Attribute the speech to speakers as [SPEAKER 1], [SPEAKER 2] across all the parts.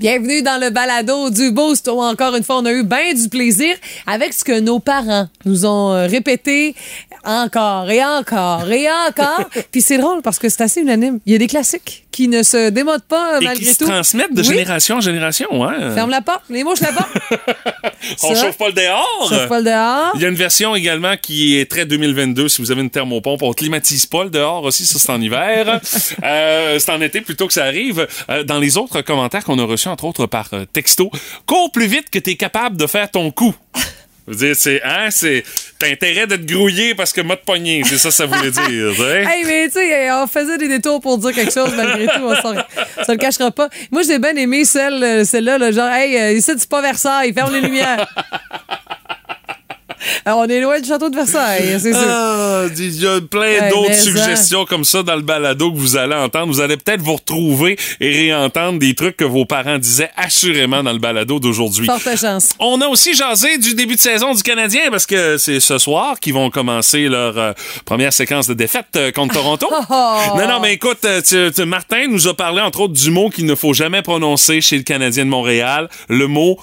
[SPEAKER 1] Bienvenue dans le balado du Boost. où Encore une fois, on a eu bien du plaisir avec ce que nos parents nous ont euh, répété encore et encore et encore. Puis c'est drôle parce que c'est assez unanime. Il y a des classiques qui ne se démodent pas euh,
[SPEAKER 2] Et
[SPEAKER 1] malgré
[SPEAKER 2] qui se
[SPEAKER 1] tout.
[SPEAKER 2] transmettent de
[SPEAKER 1] Oui.
[SPEAKER 2] génération en génération. Hein?
[SPEAKER 1] Ferme la porte, les mouches la porte.
[SPEAKER 2] On
[SPEAKER 1] ça.
[SPEAKER 2] chauffe pas le dehors.
[SPEAKER 1] Chauffe pas le dehors.
[SPEAKER 2] Il y a une version également qui est très 2022. Si vous avez une thermopompe, on climatise pas le dehors aussi. Ça, c'est en hiver. Euh, c'est en été plutôt que ça arrive. Euh, dans les autres commentaires qu'on a reçus, entre autres par euh, texto, cours plus vite que tu es capable de faire ton coup. Je veux dire, c'est, hein, c'est, t'as intérêt d'être grouillé parce que m'a de poignet. C'est ça, que ça voulait dire. hein?
[SPEAKER 1] Hey, mais tu sais, euh, on faisait des détours pour dire quelque chose malgré tout. On s'en- ça le cachera pas. Moi, j'ai bien aimé celle, euh, celle-là, là, genre, hey, euh, ici, c'est pas Versailles, ferme les lumières. Alors, on est loin du château de Versailles, c'est sûr.
[SPEAKER 2] Ah, Il y a plein
[SPEAKER 1] Ouais,
[SPEAKER 2] d'autres
[SPEAKER 1] mais
[SPEAKER 2] suggestions comme ça dans le balado que vous allez entendre. Vous allez peut-être vous retrouver et réentendre des trucs que vos parents disaient assurément dans le balado d'aujourd'hui.
[SPEAKER 1] Forte chance.
[SPEAKER 2] On a aussi jasé du début de saison du Canadien parce que c'est ce soir qu'ils vont commencer leur euh, première séquence de défaite euh, contre Toronto.
[SPEAKER 1] Oh,
[SPEAKER 2] Non, non, mais écoute, euh, tu- tu- Martin nous a parlé entre autres du mot qu'il ne faut jamais prononcer chez le Canadien de Montréal, le mot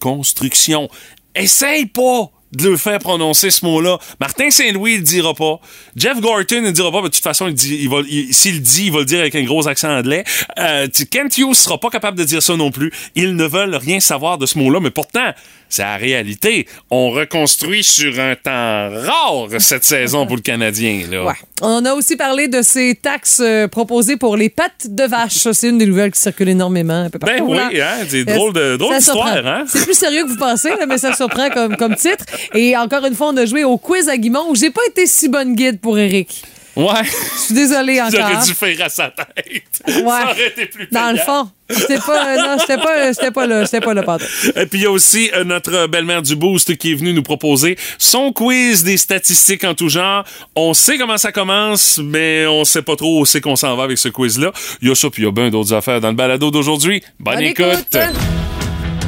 [SPEAKER 2] reconstruction. Essaye pas de le faire prononcer ce mot-là. Martin Saint-Louis, il le dira pas. Jeff Gorton, il le dira pas. Mais de toute façon, il dit- il va- il- s'il le dit, il va le dire avec un gros accent anglais. Euh, tu- Kent Hughes sera pas capable de dire ça non plus. Ils ne veulent rien savoir de ce mot-là, mais pourtant, c'est la réalité. On reconstruit sur un temps rare cette saison pour le Canadien. Là.
[SPEAKER 1] Ouais. On a aussi parlé de ces taxes euh, proposées pour les pattes de vache. Ça, C'est une des nouvelles qui circule énormément un peu partout.
[SPEAKER 2] Ben oui,
[SPEAKER 1] là.
[SPEAKER 2] hein, c'est
[SPEAKER 1] Euh,
[SPEAKER 2] drôle de- drôle
[SPEAKER 1] ça
[SPEAKER 2] d'histoire,
[SPEAKER 1] surprend.
[SPEAKER 2] hein?
[SPEAKER 1] C'est plus sérieux que vous pensez, là, mais ça surprend comme, comme titre. Et encore une fois, on a joué au quiz à Guimont où j'ai pas été si bonne guide pour Eric.
[SPEAKER 2] Ouais.
[SPEAKER 1] Je suis désolée encore.
[SPEAKER 2] J'aurais dû faire à sa tête. Ça aurait été plus
[SPEAKER 1] Dans le
[SPEAKER 2] payant.
[SPEAKER 1] fond. C'était pas, euh, non, c'était pas, c'était pas là, c'était pas là, pardon.
[SPEAKER 2] Et puis il y a aussi euh, notre belle-mère du Boost qui est venue nous proposer son quiz des statistiques en tout genre. On sait comment ça commence, mais on sait pas trop où c'est qu'on s'en va avec ce quiz-là. Il y a ça, puis il y a bien d'autres affaires dans le balado d'aujourd'hui. Bonne, écoute.
[SPEAKER 1] hein.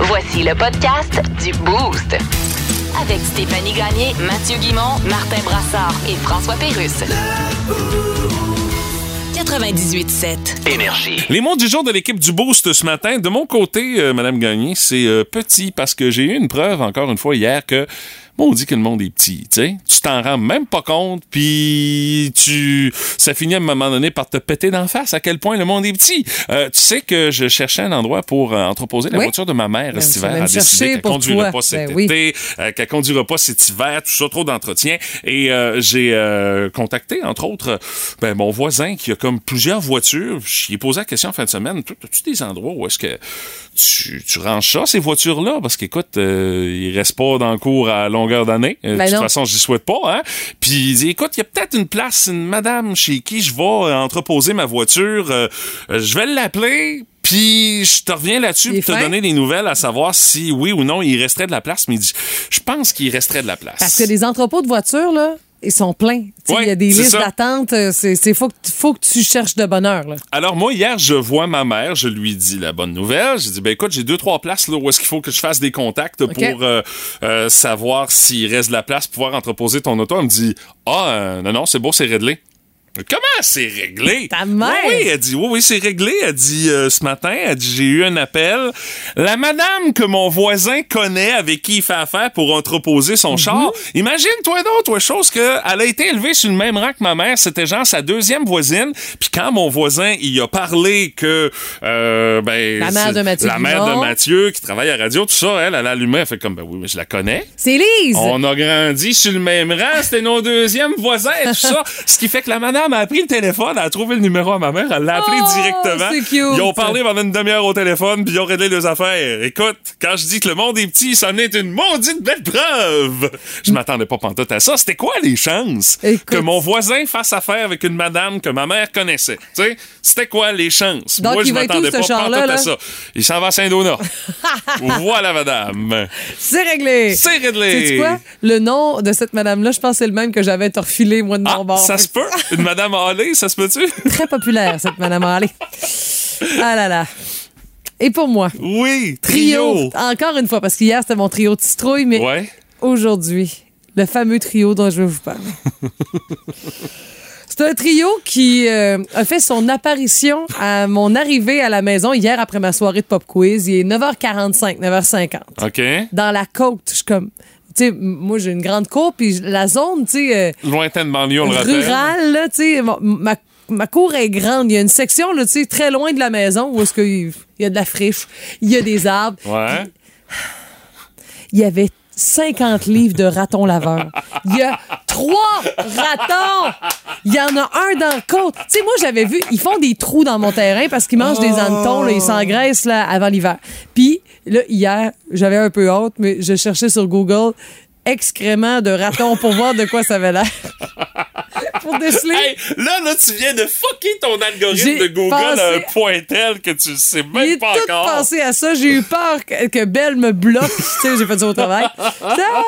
[SPEAKER 3] Voici le podcast du Boost. Avec Stéphanie Gagné, Mathieu Guimont, Martin Brassard et François Pérusse. 98.7.
[SPEAKER 4] Énergie.
[SPEAKER 2] Les mots du jour de l'équipe du Boost ce matin, de mon côté, euh, Madame Gagné, c'est euh, petit parce que j'ai eu une preuve encore une fois hier que bon, on dit que le monde est petit, tu sais. Tu t'en rends même pas compte, puis tu, ça finit à un moment donné par te péter d'en face à quel point le monde est petit. Euh, tu sais que je cherchais un endroit pour euh, entreposer la
[SPEAKER 1] Oui.
[SPEAKER 2] voiture de ma mère
[SPEAKER 1] Ben,
[SPEAKER 2] cet
[SPEAKER 1] tu vas
[SPEAKER 2] hiver.
[SPEAKER 1] me
[SPEAKER 2] Elle a décidé
[SPEAKER 1] chercher
[SPEAKER 2] qu'elle
[SPEAKER 1] pour
[SPEAKER 2] conduira
[SPEAKER 1] toi.
[SPEAKER 2] pas cet
[SPEAKER 1] Ben
[SPEAKER 2] été
[SPEAKER 1] oui.
[SPEAKER 2] été, euh, qu'elle conduira pas cet hiver, tout ça, trop d'entretien. Et euh, j'ai euh, contacté, entre autres, euh, ben, mon voisin qui a comme plusieurs voitures. J'y ai posé la question en fin de semaine. Toi, As-tu des endroits où est-ce que tu, tu ranges ça, ces voitures-là? Parce qu'écoute, euh, ils restent pas dans le cours à longueur d'année. Euh,
[SPEAKER 1] Ben
[SPEAKER 2] de toute
[SPEAKER 1] non.
[SPEAKER 2] façon, j'y souhaite pas. Hein? Puis il dit, écoute, il y a peut-être une place, une madame chez qui je vais euh, entreposer ma voiture. Euh, euh, je vais l'appeler. Puis je te reviens là-dessus
[SPEAKER 1] Il est
[SPEAKER 2] pour te
[SPEAKER 1] fin.
[SPEAKER 2] donner des nouvelles à savoir si oui ou non il resterait de la place. Mais il dit, je pense qu'il resterait de la place.
[SPEAKER 1] Parce que les entrepôts de voitures, là, ils sont pleins. Tu sais, Il
[SPEAKER 2] Ouais,
[SPEAKER 1] y a des
[SPEAKER 2] c'est
[SPEAKER 1] listes
[SPEAKER 2] ça.
[SPEAKER 1] d'attente. euh, C'est, c'est- faut, que, tu- faut que tu cherches de bonheur, là.
[SPEAKER 2] Alors moi hier, je vois ma mère, je lui dis la bonne nouvelle. J'ai dit ben écoute, j'ai deux trois places là où est-ce qu'il faut que je fasse des contacts pour euh, euh, savoir s'il reste de la place pour pouvoir entreposer ton auto. Elle me dit ah euh, non non c'est beau c'est réglé. Comment c'est réglé?
[SPEAKER 1] Ta mère!
[SPEAKER 2] Oui, oui, elle dit, oui, oui, c'est réglé. Elle dit, euh, ce matin, elle dit, j'ai eu un appel. La madame que mon voisin connaît, avec qui il fait affaire pour entreposer son
[SPEAKER 1] Mhm.
[SPEAKER 2] char, imagine-toi donc, toi, chose que elle a été élevée sur le même rang que ma mère. C'était genre sa deuxième voisine. Puis quand mon voisin, il a parlé que, euh, ben,
[SPEAKER 1] La mère de
[SPEAKER 2] c'est-
[SPEAKER 1] Mathieu
[SPEAKER 2] La mère de
[SPEAKER 1] Dumont.
[SPEAKER 2] Mathieu, qui travaille à radio, tout ça, elle, elle a allumé. Elle fait comme, ben oui, mais je la connais.
[SPEAKER 1] C'est Lise!
[SPEAKER 2] On a grandi sur le même rang, c'était nos deuxièmes voisins et tout ça. Ce qui fait que la madame a pris le téléphone, elle a trouvé le numéro à ma mère, elle l'a appelé
[SPEAKER 1] Oh,
[SPEAKER 2] directement.
[SPEAKER 1] c'est cute.
[SPEAKER 2] Ils ont parlé pendant une demi-heure au téléphone, puis ils ont réglé leurs affaires. Écoute, quand je dis que le monde est petit, ça en est une maudite belle preuve. Je m'attendais pas pantoute à ça. C'était quoi les chances
[SPEAKER 1] Écoute.
[SPEAKER 2] que mon voisin fasse affaire avec une madame que ma mère connaissait? Tu sais, c'était quoi les chances?
[SPEAKER 1] Donc,
[SPEAKER 2] Moi,
[SPEAKER 1] il
[SPEAKER 2] je
[SPEAKER 1] va être où,
[SPEAKER 2] m'attendais
[SPEAKER 1] ce
[SPEAKER 2] pas
[SPEAKER 1] char-là,
[SPEAKER 2] pantoute à
[SPEAKER 1] là?
[SPEAKER 2] ça. Il s'en va à Saint-Donat. voilà, madame.
[SPEAKER 1] C'est réglé!
[SPEAKER 2] C'est réglé.
[SPEAKER 1] Sais-tu quoi? Le nom de cette madame-là, je pense que c'est le même que j'avais te refilé, moi, de mon
[SPEAKER 2] Ah,
[SPEAKER 1] bord.
[SPEAKER 2] ça se peut? Une Madame Halley, ça se peut-tu?
[SPEAKER 1] Très populaire, cette madame Harley. Ah là là. Et pour moi,
[SPEAKER 2] Oui,
[SPEAKER 1] trio, encore une fois, parce qu'hier, c'était mon trio de citrouille, mais
[SPEAKER 2] Ouais.
[SPEAKER 1] aujourd'hui, le fameux trio dont je vais vous parler. C'est un trio qui euh, a fait son apparition à mon arrivée à la maison hier après ma soirée de pop quiz. Il est 9h45, 9h50.
[SPEAKER 2] OK.
[SPEAKER 1] Dans la côte, je suis comme. Tu sais, m- moi, j'ai une grande cour, puis la zone, tu sais. euh,
[SPEAKER 2] Lointaine banlieue, on le rappelle.
[SPEAKER 1] rural, là, tu sais, mon- ma, ma cour est grande. Il y a une section, là, tu sais, très loin de la maison où est-ce qu'il y a de la friche, il y a des arbres.
[SPEAKER 2] Ouais.
[SPEAKER 1] Il y avait 50 livres de ratons laveurs. Il y a trois ratons! Il y en a un dans le côte. Tu sais, moi, j'avais vu, ils font des trous dans mon terrain parce qu'ils mangent des hannetons, là, ils s'engraissent là, avant l'hiver. Puis, là, hier, j'avais un peu honte, mais je cherchais sur Google excréments de ratons pour voir de quoi ça avait l'air. pour déceler.
[SPEAKER 2] Hey, là, là, tu viens de fucker ton algorithme
[SPEAKER 1] J'ai
[SPEAKER 2] de Google à un
[SPEAKER 1] pensé-
[SPEAKER 2] point tel que tu sais
[SPEAKER 1] Il est
[SPEAKER 2] même pas
[SPEAKER 1] tout
[SPEAKER 2] encore.
[SPEAKER 1] pensé à ça. J'ai eu peur que, que Belle me bloque. tu sais, j'ai fait ça au travail. Ah,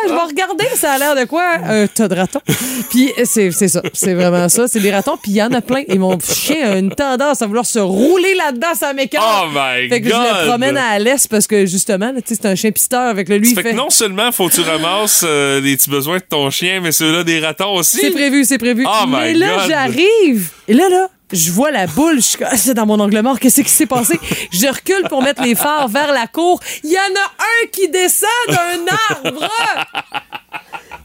[SPEAKER 1] je vais regarder, ça a l'air de quoi? Un tas de ratons. Puis c'est c'est ça. C'est vraiment ça. C'est des ratons. Puis il y en a plein. Et mon chien a une tendance à vouloir se rouler là-dedans, ça m'écarte.
[SPEAKER 2] Oh my
[SPEAKER 1] fait que je
[SPEAKER 2] God!
[SPEAKER 1] le promène à l'est parce que justement, là, tu sais, c'est un chien pisteur. Avec le lui, il
[SPEAKER 2] Fait que
[SPEAKER 1] fait-
[SPEAKER 2] non seulement faut que tu ramasses euh, les petits besoins de ton chien, mais ceux-là des ratons aussi.
[SPEAKER 1] C'est prévu, c'est prévu.
[SPEAKER 2] Oh my
[SPEAKER 1] Mais là,
[SPEAKER 2] God.
[SPEAKER 1] j'arrive. Et là, là, je vois la boule. Je suis comme, Ah, c'est dans mon angle mort. Qu'est-ce qui s'est passé? Je recule pour mettre les phares vers la cour. Il y en a un qui descend d'un arbre.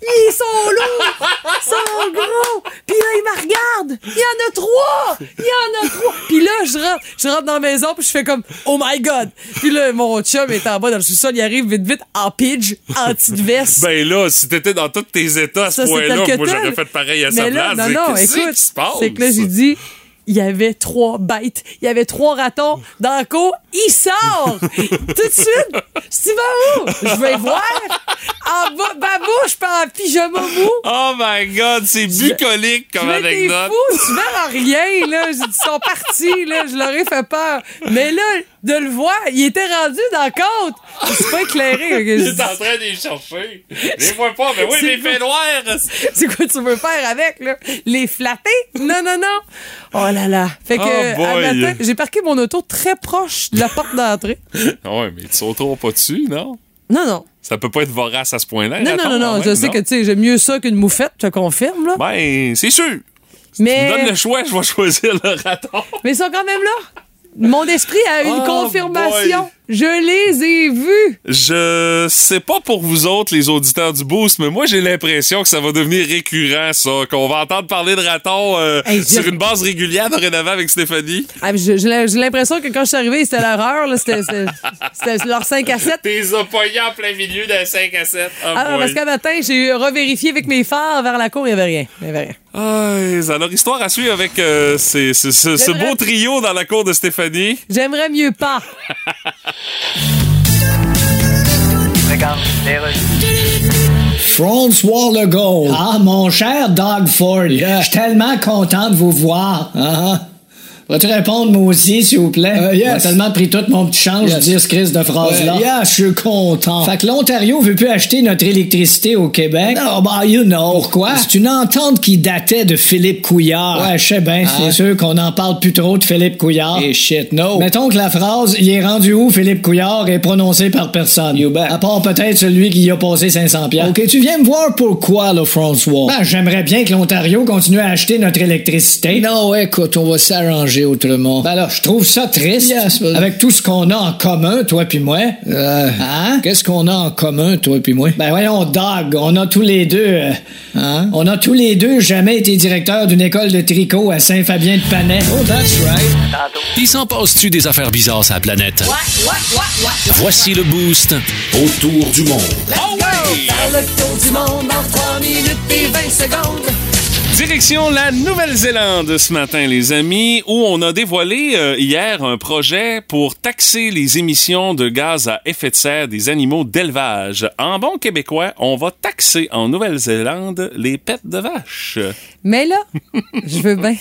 [SPEAKER 1] Ils sont lourds, ils sont gros. Puis là, ils me regardent. Il y en a trois, il y en a trois. Puis là, je rentre, je rentre dans la maison, puis je fais comme Oh my God. Puis là, mon chum est en bas dans le sous-sol. Il arrive vite, vite, en pidge, en petite veste.
[SPEAKER 2] Ben là, si t'étais dans tous tes états à ce
[SPEAKER 1] Ça, c'est
[SPEAKER 2] point-là,
[SPEAKER 1] tel que
[SPEAKER 2] moi
[SPEAKER 1] tel.
[SPEAKER 2] j'aurais fait pareil à sa
[SPEAKER 1] Mais là,
[SPEAKER 2] place.
[SPEAKER 1] non,
[SPEAKER 2] Dis,
[SPEAKER 1] non,
[SPEAKER 2] qu'est-ce
[SPEAKER 1] écoute,
[SPEAKER 2] qui se passe?
[SPEAKER 1] c'est que là, j'ai dit, il y avait trois bêtes, il y avait trois ratons dans le cours, il sort! Tout de suite, tu vas où? Je vais voir! En bas, babouche, pas en pyjama mou!
[SPEAKER 2] Oh my god, c'est bucolique comme
[SPEAKER 1] Mais t'es
[SPEAKER 2] anecdote.
[SPEAKER 1] fou, tu verras rien, là. J'ai dit, Ils sont partis, là. Je leur ai fait peur. Mais là, de le voir, il était rendu dans le côte. C'est pas éclairé. ok, je
[SPEAKER 2] T'es
[SPEAKER 1] dis,
[SPEAKER 2] en train de les chercher. Je les vois pas, mais oui, je les
[SPEAKER 1] C'est
[SPEAKER 2] fais noirs.
[SPEAKER 1] C'est quoi tu veux faire avec, là? Les flatter? Non, non, non. Oh là là. Fait que,
[SPEAKER 2] Oh
[SPEAKER 1] à
[SPEAKER 2] boy.
[SPEAKER 1] matin, j'ai parqué mon auto très proche de la porte d'entrée.
[SPEAKER 2] Ah Ouais, mais tu sauteras pas dessus, non?
[SPEAKER 1] Non, non.
[SPEAKER 2] Ça peut pas être vorace à ce point-là. hein?
[SPEAKER 1] Non,
[SPEAKER 2] attends,
[SPEAKER 1] non, non,
[SPEAKER 2] quand
[SPEAKER 1] non.
[SPEAKER 2] même,
[SPEAKER 1] Je sais que, tu sais, j'aime mieux ça qu'une moufette, je te confirme, là.
[SPEAKER 2] Ben, c'est sûr. Tu me donnes
[SPEAKER 1] mais,
[SPEAKER 2] le choix, je vais choisir le raton.
[SPEAKER 1] mais ils sont quand même là. Mon esprit a une
[SPEAKER 2] Oh
[SPEAKER 1] confirmation.
[SPEAKER 2] boy.
[SPEAKER 1] Je les ai vus.
[SPEAKER 2] Je sais pas pour vous autres, les auditeurs du Boost, mais moi, j'ai l'impression que ça va devenir récurrent, ça. Qu'on va entendre parler de raton euh,
[SPEAKER 1] Hey, je-
[SPEAKER 2] sur une base régulière dorénavant avec Stéphanie.
[SPEAKER 1] Ah, mais je- je l'ai- J'ai l'impression que quand je suis arrivée, c'était leur heure, là. C'était- C'était c'était leur 5 à 7.
[SPEAKER 2] T'es pognés en plein milieu d'un 5 à 7. Oh
[SPEAKER 1] Ah, non,
[SPEAKER 2] boy.
[SPEAKER 1] parce qu'à matin, j'ai revérifié avec mes phares vers la cour, il n'y avait rien. Il y avait rien.
[SPEAKER 2] Aïe, alors, histoire à suivre avec euh, ces- ces- ce- ce
[SPEAKER 1] J'aimerais-
[SPEAKER 2] beau trio dans la cour de Stéphanie.
[SPEAKER 1] J'aimerais mieux pas.
[SPEAKER 4] Regarde, les rues.
[SPEAKER 5] François Legault. Ah, mon cher Doug Ford. Je suis tellement content de vous voir. Vas-tu répondre, moi aussi, s'il vous plaît? J'ai tellement pris tout mon petit change de dire ce crise de phrase-là. je suis content. Fait que l'Ontario veut plus acheter notre électricité au Québec. Non, bah, you know. Pourquoi? C'est une entente qui datait de Philippe Couillard. Ouais, je sais bien. C'est sûr qu'on n'en parle plus trop de Philippe Couillard. Et Eh, shit, no. Mettons que la phrase « Il est rendu où, Philippe Couillard ?» est prononcée par personne. À part peut-être celui qui y a passé 500 pièces. OK, tu viens me voir pourquoi, là, François? Ben, j'aimerais bien que l'Ontario continue à acheter notre électricité. Non, écoute, on va s'arranger autrement. Ben là, je trouve ça triste. Avec tout ce qu'on a en commun, toi puis moi. Hein? Qu'est-ce qu'on a en commun, toi puis moi? Ben voyons, Doug, on a tous les deux... euh, On a tous les deux jamais été directeur d'une école de tricot à Saint-Fabien-de-Panay. Oh, that's right.
[SPEAKER 6] Il s'en passe-tu des affaires bizarres sur la planète? Voici le Boost autour du monde.
[SPEAKER 2] Oh ouais!
[SPEAKER 1] Faire le tour du monde en 3 minutes et 20 secondes.
[SPEAKER 2] Direction la Nouvelle-Zélande ce matin, les amis, où on a dévoilé euh, hier un projet pour taxer les émissions de gaz à effet de serre des animaux d'élevage. En bon québécois, on va taxer en Nouvelle-Zélande les pets de vache.
[SPEAKER 1] Mais là, je veux bien.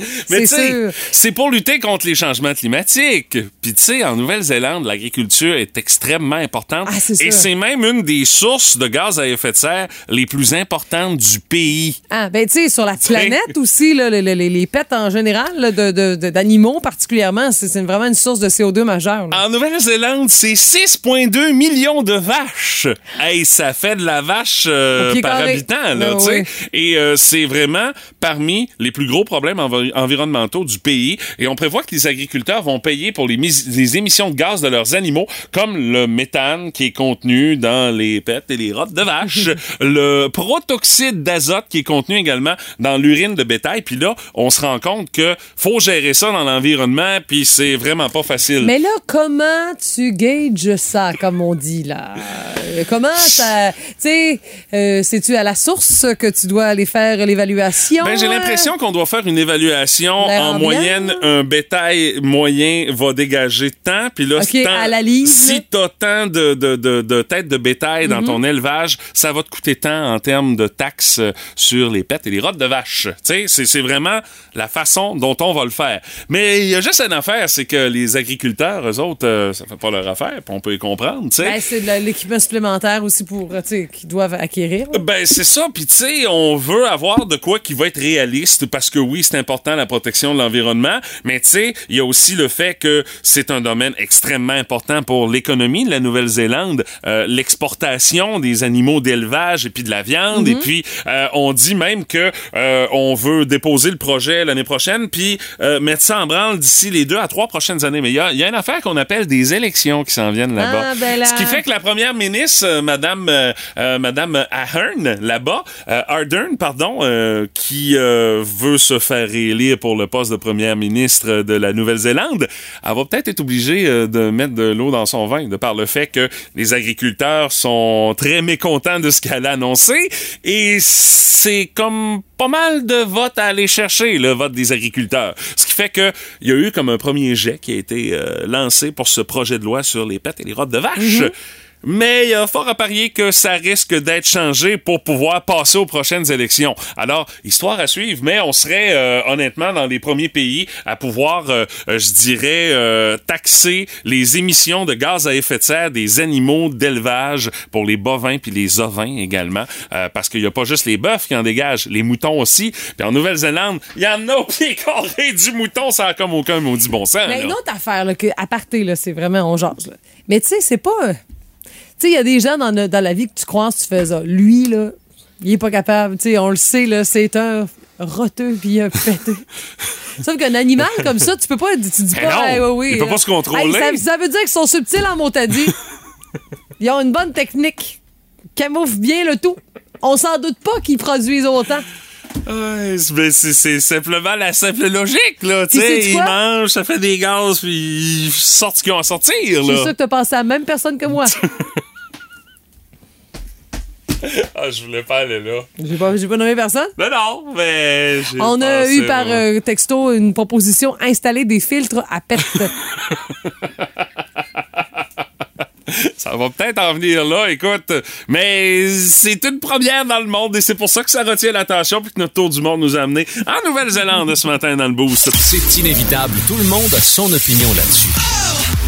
[SPEAKER 2] Mais
[SPEAKER 1] C'est
[SPEAKER 2] tu sais,
[SPEAKER 1] sûr.
[SPEAKER 2] c'est pour lutter contre les changements climatiques. Puis tu sais, en Nouvelle-Zélande, l'agriculture est extrêmement importante.
[SPEAKER 1] Ah, c'est
[SPEAKER 2] et
[SPEAKER 1] sûr.
[SPEAKER 2] c'est même une des sources de gaz à effet de serre les plus importantes du pays.
[SPEAKER 1] Ah, ben tu sais, sur la planète aussi, là, les, les- les- les pets en général, là, de- de- de- d'animaux particulièrement, c'est c'est vraiment une source de CO2 majeure. là.
[SPEAKER 2] En Nouvelle-Zélande, c'est 6,2 millions de vaches. Hey, ça fait de la vache euh,
[SPEAKER 1] Au pied
[SPEAKER 2] par
[SPEAKER 1] carré. Ben
[SPEAKER 2] habitant, là,
[SPEAKER 1] Ouais,
[SPEAKER 2] tu sais.
[SPEAKER 1] ouais.
[SPEAKER 2] Et euh, c'est vraiment parmi les plus gros problèmes env- environnementaux du pays. Et on prévoit que les agriculteurs vont payer pour les, mis- les émissions de gaz de leurs animaux, comme le méthane qui est contenu dans les pets et les rottes de vache, le protoxyde d'azote qui est contenu également dans l'urine de bétail. Puis là, on se rend compte que faut gérer ça dans l'environnement, puis c'est vraiment pas facile.
[SPEAKER 1] Mais là, comment tu gages ça, comme on dit là? Euh, Comment ça. Tu sais, euh, c'est-tu à la source que tu dois aller faire l'évaluation?
[SPEAKER 2] Ben, j'ai
[SPEAKER 1] hein?
[SPEAKER 2] l'impression qu'on doit faire une évaluation.
[SPEAKER 1] L'air
[SPEAKER 2] En
[SPEAKER 1] ambiant.
[SPEAKER 2] moyenne, un bétail moyen va dégager tant. Puis là,
[SPEAKER 1] Ok,
[SPEAKER 2] si t'en-
[SPEAKER 1] à la ligne. Mhm.
[SPEAKER 2] si t'as tant de, de, de, de têtes de bétail dans ton élevage, ça va te coûter tant en termes de taxes euh, sur les pets et les rottes de vache. Tu sais, c'est, c'est vraiment la façon dont on va le faire. Mais il y a juste une affaire, c'est que les agriculteurs, eux autres, euh, ça fait pas leur affaire, puis on peut les comprendre, tu sais.
[SPEAKER 1] Ben, c'est de l'équipement supplémentaire aussi pour. euh, Tu sais, qu'ils doivent acquérir. là.
[SPEAKER 2] Ben, c'est ça. Puis, tu sais, on veut avoir de quoi qui va être réaliste parce que, oui, c'est important la protection de l'environnement. Mais, tu sais, il y a aussi le fait que c'est un domaine extrêmement important pour l'économie de la Nouvelle-Zélande, euh, l'exportation des animaux d'élevage et puis de la viande. Et puis, euh, on dit même que euh, on veut déposer le projet l'année prochaine puis euh, mettre ça en branle d'ici les deux à trois prochaines années. Mais il y a, il y a une affaire qu'on appelle des élections qui s'en viennent là-bas.
[SPEAKER 1] Ah, ben là.
[SPEAKER 2] Ce qui fait que la première ministre, euh, Madame, euh, euh, Madame Ahern, là-bas, euh, Ardern, pardon, euh, qui euh, veut se faire réélire pour le poste de première ministre de la Nouvelle-Zélande, elle va peut-être être obligée euh, de mettre de l'eau dans son vin, de par le fait que les agriculteurs sont très mécontents de ce qu'elle a annoncé, et c'est comme pas mal de votes à aller chercher, le vote des agriculteurs. Ce qui fait que il y a eu comme un premier jet qui a été euh, lancé pour ce projet de loi sur les pets et les rottes de vache. Mais il y a fort à parier que ça risque d'être changé pour pouvoir passer aux prochaines élections. Alors, histoire à suivre, mais on serait euh, honnêtement dans les premiers pays à pouvoir, euh, euh, je dirais, euh, taxer les émissions de gaz à effet de serre des animaux d'élevage pour les bovins puis les ovins également, euh, parce qu'il n'y a pas juste les bœufs qui en dégagent, les moutons aussi. Puis en Nouvelle-Zélande, il y en a au pied carré du mouton, ça a comme aucun maudit bon sens.
[SPEAKER 1] Mais
[SPEAKER 2] là.
[SPEAKER 1] une autre affaire, là, que, à parté, là, c'est vraiment, on jase. là. Mais tu sais, c'est pas. euh, Tu sais, il y a des gens dans, no- dans la vie que tu crois si tu fais ça. Lui, là, il est pas capable. Tu sais, on le sait, là, c'est un roteux puis un pété. Sauf qu'un animal comme ça, tu peux pas. Tu dis
[SPEAKER 2] Ben
[SPEAKER 1] pas.
[SPEAKER 2] non,
[SPEAKER 1] hey, ouais, oui,
[SPEAKER 2] il peut
[SPEAKER 1] là.
[SPEAKER 2] pas se contrôler.
[SPEAKER 1] Hey, ça, ça veut dire qu'ils sont subtils en motadie. Ils ont une bonne technique. Camouflent bien le tout. On s'en doute pas qu'ils produisent autant.
[SPEAKER 2] Ouais, c'est- ben, c'est, c'est simplement la simple logique, là. Tu
[SPEAKER 1] Puis
[SPEAKER 2] sais,
[SPEAKER 1] sais-tu
[SPEAKER 2] ils
[SPEAKER 1] quoi?
[SPEAKER 2] mangent, ça fait des gaz, puis ils sortent ce qu'ils ont à sortir,
[SPEAKER 1] Je suis sûr
[SPEAKER 2] là.
[SPEAKER 1] que t'as pensé à la même personne que moi.
[SPEAKER 2] Ah, je voulais pas aller là.
[SPEAKER 1] J'ai pas, j'ai pas nommé personne.
[SPEAKER 2] Mais non, mais. j'ai
[SPEAKER 1] On a
[SPEAKER 2] pensé,
[SPEAKER 1] eu par
[SPEAKER 2] moi.
[SPEAKER 1] euh, texto une proposition installer des filtres à pète.
[SPEAKER 2] Ça va peut-être en venir là, écoute. Mais c'est une première dans le monde et c'est pour ça que ça retient l'attention puis que notre tour du monde nous a amené en Nouvelle-Zélande ce matin dans le boost.
[SPEAKER 6] C'est inévitable. Tout le monde a son opinion là-dessus.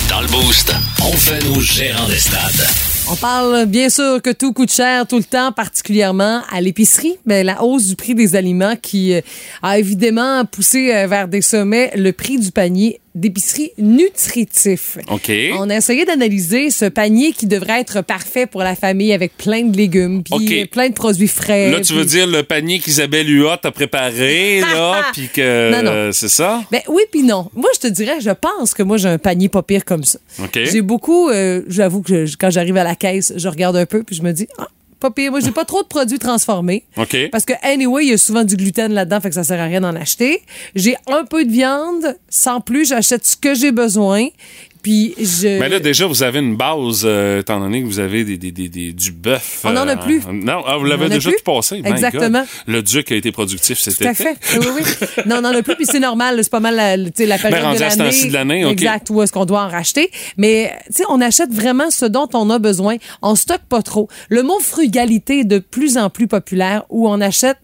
[SPEAKER 6] Dans le boost, on fait nos gérants des stades.
[SPEAKER 1] On parle bien sûr que tout coûte cher tout le temps, particulièrement à l'épicerie. Mais la hausse du prix des aliments qui euh, a évidemment poussé euh, vers des sommets le prix du panier d'épicerie nutritif.
[SPEAKER 2] OK.
[SPEAKER 1] On a essayé d'analyser ce panier qui devrait être parfait pour la famille avec plein de légumes, puis
[SPEAKER 2] OK.
[SPEAKER 1] euh, plein de produits frais.
[SPEAKER 2] Là, tu veux
[SPEAKER 1] puis-
[SPEAKER 2] dire le panier qu'Isabelle Huot a préparé, là, puis que.
[SPEAKER 1] Non, non.
[SPEAKER 2] euh, c'est ça?
[SPEAKER 1] Ben oui puis non. Moi je te dirais, je pense que moi j'ai un panier pas pire comme ça.
[SPEAKER 2] OK.
[SPEAKER 1] J'ai beaucoup, euh, j'avoue que je- quand j'arrive à la caisse, je regarde un peu puis je me dis ah, pas pire. Moi j'ai pas trop de produits transformés.
[SPEAKER 2] OK.
[SPEAKER 1] Parce que anyway, il y a souvent du gluten là-dedans, fait que ça sert à rien d'en acheter. J'ai un peu de viande, sans plus, j'achète ce que j'ai besoin. Puis je
[SPEAKER 2] Mais là, déjà, vous avez une base, euh, étant donné que vous avez des, des, des, des- du bœuf.
[SPEAKER 1] On en a
[SPEAKER 2] euh,
[SPEAKER 1] plus.
[SPEAKER 2] en- non, ah, vous
[SPEAKER 1] On
[SPEAKER 2] l'avez
[SPEAKER 1] en a
[SPEAKER 2] déjà
[SPEAKER 1] plus.
[SPEAKER 2] tout passé. My
[SPEAKER 1] Exactement.
[SPEAKER 2] God. Le duc a été productif cet
[SPEAKER 1] tout à
[SPEAKER 2] été.
[SPEAKER 1] fait. Oui, oui, oui. Non, on n'en a plus, puis c'est normal. C'est pas mal la, tu sais, la période
[SPEAKER 2] Ben, rendu
[SPEAKER 1] de
[SPEAKER 2] à ce temps-ci
[SPEAKER 1] l'année.
[SPEAKER 2] de l'année, OK.
[SPEAKER 1] Exact, où est-ce qu'on doit en racheter. Mais, tu sais, on achète vraiment ce dont on a besoin. On stocke pas trop. Le mot frugalité est de plus en plus populaire, où on achète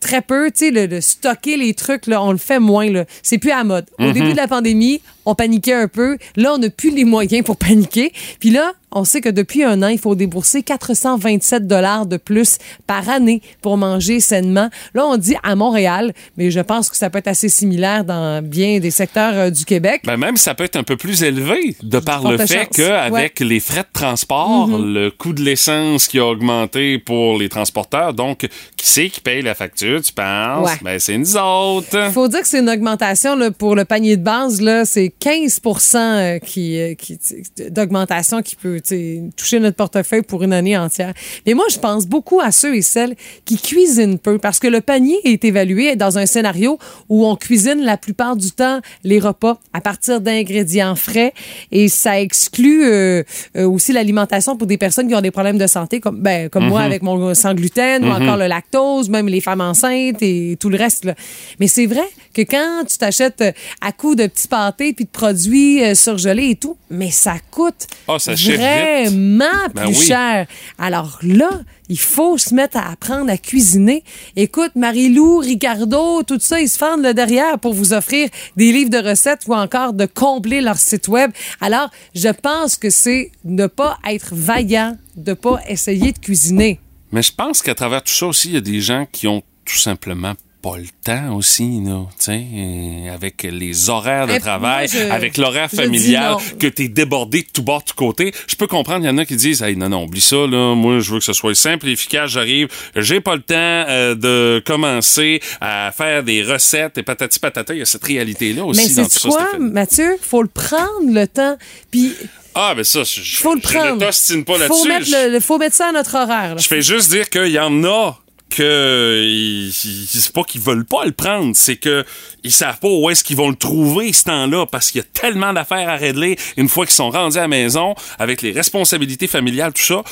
[SPEAKER 1] très peu, tu sais, le, le stocker les trucs, là, on le fait moins, là. C'est plus à la mode. Au début de la pandémie, on paniquait un peu. Là, on n'a plus les moyens pour paniquer. Puis là, on sait que depuis un an, il faut débourser 427 dollars de plus par année pour manger sainement. Là, on dit à Montréal, mais je pense que ça peut être assez similaire dans bien des secteurs euh, du Québec.
[SPEAKER 2] Ben même ça peut être un peu plus élevé de par le
[SPEAKER 1] Forte
[SPEAKER 2] fait
[SPEAKER 1] chance. Mm-hmm.
[SPEAKER 2] qu'avec les frais de transport, le coût de l'essence qui a augmenté pour les transporteurs, donc qui c'est qui paye la facture, tu penses?
[SPEAKER 1] Ouais.
[SPEAKER 2] Ben c'est nous autres.
[SPEAKER 1] Il faut dire que c'est une augmentation là, pour le panier de base. Là, c'est 15 euh, qui, euh, qui, tu sais, d'augmentation qui peut tu sais, toucher notre portefeuille pour une année entière. Mais moi, je pense beaucoup à ceux et celles qui cuisinent peu parce que le panier est évalué dans un scénario où on cuisine la plupart du temps les repas à partir d'ingrédients frais et ça exclut euh, euh, aussi l'alimentation pour des personnes qui ont des problèmes de santé comme, ben, comme
[SPEAKER 2] Mhm.
[SPEAKER 1] moi avec mon sans gluten ou encore le lactose, même les femmes enceintes et tout le reste. là. Mais c'est vrai que quand tu t'achètes euh, à coups de petits pâtés puis de produits euh, surgelés et tout, mais ça coûte
[SPEAKER 2] Ah, ça chiffre vite.
[SPEAKER 1] vraiment
[SPEAKER 2] Ben
[SPEAKER 1] plus
[SPEAKER 2] oui.
[SPEAKER 1] cher. Alors là, il faut se mettre à apprendre à cuisiner. Écoute, Marie-Lou, Ricardo, tout ça, ils se fendent le derrière pour vous offrir des livres de recettes ou encore de combler leur site web. Alors, je pense que c'est ne pas être vaillant, de pas essayer de cuisiner.
[SPEAKER 2] Mais je pense qu'à travers tout ça aussi, il y a des gens qui ont tout simplement pas le temps aussi, là, tu sais, euh, avec les horaires de
[SPEAKER 1] Eh,
[SPEAKER 2] travail,
[SPEAKER 1] moi, je-
[SPEAKER 2] avec l'horaire
[SPEAKER 1] je dis
[SPEAKER 2] familial,
[SPEAKER 1] non.
[SPEAKER 2] que t'es débordé de tout bord, de tout côté. Je peux comprendre, il y en a qui disent, hey, non, non, oublie ça, là, moi, je veux que ce soit simple et efficace, j'arrive, j'ai pas le temps euh, de commencer à faire des recettes et patati patata, il y a cette réalité-là aussi
[SPEAKER 1] Mais
[SPEAKER 2] dans
[SPEAKER 1] c'est
[SPEAKER 2] tout ça,
[SPEAKER 1] quoi,
[SPEAKER 2] Stéphanie.
[SPEAKER 1] Mathieu? Faut le prendre le temps. Puis
[SPEAKER 2] Ah, ben ça, je,
[SPEAKER 1] faut le
[SPEAKER 2] je
[SPEAKER 1] prendre.
[SPEAKER 2] ne t'ostine pas
[SPEAKER 1] faut
[SPEAKER 2] là-dessus.
[SPEAKER 1] mettre,
[SPEAKER 2] Je-
[SPEAKER 1] le- le- faut mettre ça à notre horaire. là.
[SPEAKER 2] Je fais juste dire qu'il y en a que ils- ils- c'est pas qu'ils veulent pas le prendre, c'est que ils savent pas où est-ce qu'ils vont le trouver ce temps-là parce qu'il y a tellement d'affaires à régler une fois qu'ils sont rendus à la maison avec les responsabilités familiales tout ça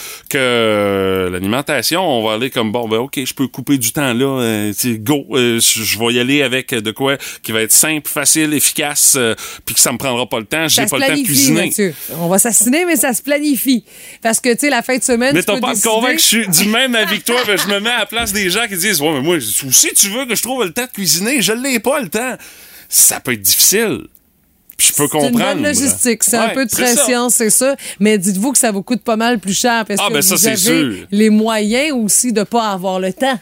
[SPEAKER 2] que l'alimentation on va aller comme bon ben OK, je peux couper du temps là, euh, tu sais, go, euh, je je vais y aller avec de quoi qui va être simple, facile, efficace euh, puis que ça me prendra pas le temps, j'ai
[SPEAKER 1] Ça se
[SPEAKER 2] pas le temps de
[SPEAKER 1] planifie,
[SPEAKER 2] cuisiner.
[SPEAKER 1] Mathieu. On va s'assiner, mais ça se planifie. Parce que, tu sais, la fin de semaine,
[SPEAKER 2] Mais
[SPEAKER 1] tu peux
[SPEAKER 2] t'as pas à me
[SPEAKER 1] décider-
[SPEAKER 2] convaincre, je suis du même avis que toi, mais je me mets à la place des gens qui disent Ouais, mais moi, si tu veux que je trouve le temps de cuisiner, je l'ai pas le temps. Ça peut être difficile. Puis je peux
[SPEAKER 1] C'est une
[SPEAKER 2] comprendre.
[SPEAKER 1] bonne logistique, c'est un
[SPEAKER 2] Ouais,
[SPEAKER 1] peu de
[SPEAKER 2] c'est ça.
[SPEAKER 1] pression, c'est ça. Mais dites-vous que ça vous coûte pas mal plus cher parce
[SPEAKER 2] Ah,
[SPEAKER 1] que
[SPEAKER 2] ben ça,
[SPEAKER 1] vous
[SPEAKER 2] c'est
[SPEAKER 1] avez
[SPEAKER 2] sûr.
[SPEAKER 1] les moyens aussi de pas avoir le temps.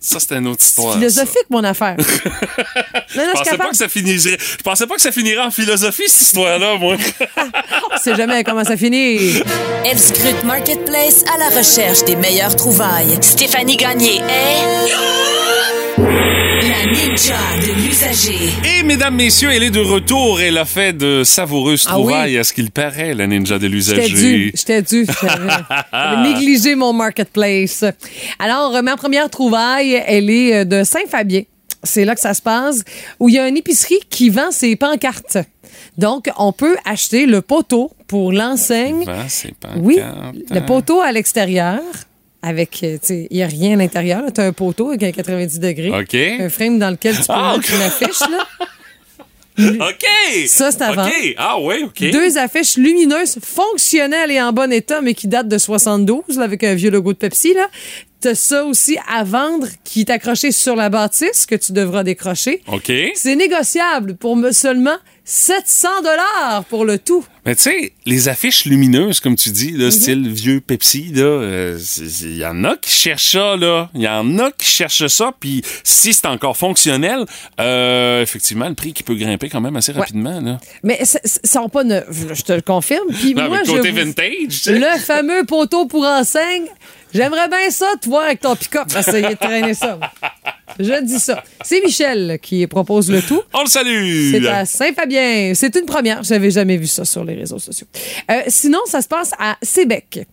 [SPEAKER 2] Ça, c'est une autre
[SPEAKER 1] C'est
[SPEAKER 2] histoire. ça.
[SPEAKER 1] philosophique, mon affaire. non, non,
[SPEAKER 2] Je
[SPEAKER 1] je suis
[SPEAKER 2] pensais pas
[SPEAKER 1] capable.
[SPEAKER 2] que ça finirait. Je pensais pas que ça finirait en philosophie, cette histoire-là, moi.
[SPEAKER 1] On sait jamais comment ça finit.
[SPEAKER 7] Elle scrute Marketplace à la recherche des meilleures trouvailles.
[SPEAKER 3] Stéphanie Gagné est
[SPEAKER 7] La ninja de l'usager.
[SPEAKER 2] Et mesdames, messieurs, elle est de retour. Elle a fait de savoureuses
[SPEAKER 1] Ah oui.
[SPEAKER 2] trouvailles à ce qu'il paraît, la ninja de
[SPEAKER 1] J'étais dû,
[SPEAKER 2] l'usager.
[SPEAKER 1] j'étais dû. J'avais j'avais négligé mon marketplace. Alors, euh, ma première trouvaille, elle est euh, de Saint-Fabien. C'est là que ça se passe, où il y a une épicerie qui vend ses pancartes. Donc, on peut acheter le poteau pour l'enseigne.
[SPEAKER 2] Ben, c'est pas
[SPEAKER 1] Oui, le poteau à l'extérieur, avec, euh, tu sais, il n'y a rien à l'intérieur. Tu as un poteau avec un 90 degrés.
[SPEAKER 2] OK.
[SPEAKER 1] Un frame dans lequel tu peux
[SPEAKER 2] Ah,
[SPEAKER 1] mettre
[SPEAKER 2] ok.
[SPEAKER 1] une affiche, là.
[SPEAKER 2] OK!
[SPEAKER 1] Ça, c'est avant.
[SPEAKER 2] OK! Ah, ouais, OK.
[SPEAKER 1] Deux affiches lumineuses, fonctionnelles et en bon état, mais qui datent de 72, là, avec un vieux logo de Pepsi. Là. T'as ça aussi à vendre qui est accroché sur la bâtisse que tu devras décrocher.
[SPEAKER 2] OK.
[SPEAKER 1] C'est négociable pour me- seulement 700 dollars pour le tout.
[SPEAKER 2] Mais tu sais, les affiches lumineuses, comme tu dis, là,
[SPEAKER 1] Mhm.
[SPEAKER 2] style vieux Pepsi, là, euh, c'est- c'est- il y en a qui cherchent ça, là. Il y en a qui cherchent ça, puis si c'est encore fonctionnel, euh, effectivement, le prix qui peut grimper quand même assez rapidement, là.
[SPEAKER 1] Mais ça sont pas neufs, là, je te le confirme. Puis
[SPEAKER 2] Non,
[SPEAKER 1] moi,
[SPEAKER 2] mais
[SPEAKER 1] je
[SPEAKER 2] côté
[SPEAKER 1] vous-
[SPEAKER 2] vintage, tu sais.
[SPEAKER 1] le fameux poteau pour enseigne. J'aimerais bien ça, te voir avec ton pick-up, essayer de traîner ça. Je dis ça. C'est Michel qui propose le tout.
[SPEAKER 2] On le salue!
[SPEAKER 1] C'est à Saint-Fabien. C'est une première. J'avais jamais vu ça sur les réseaux sociaux. Euh, sinon, ça se passe à Sébec.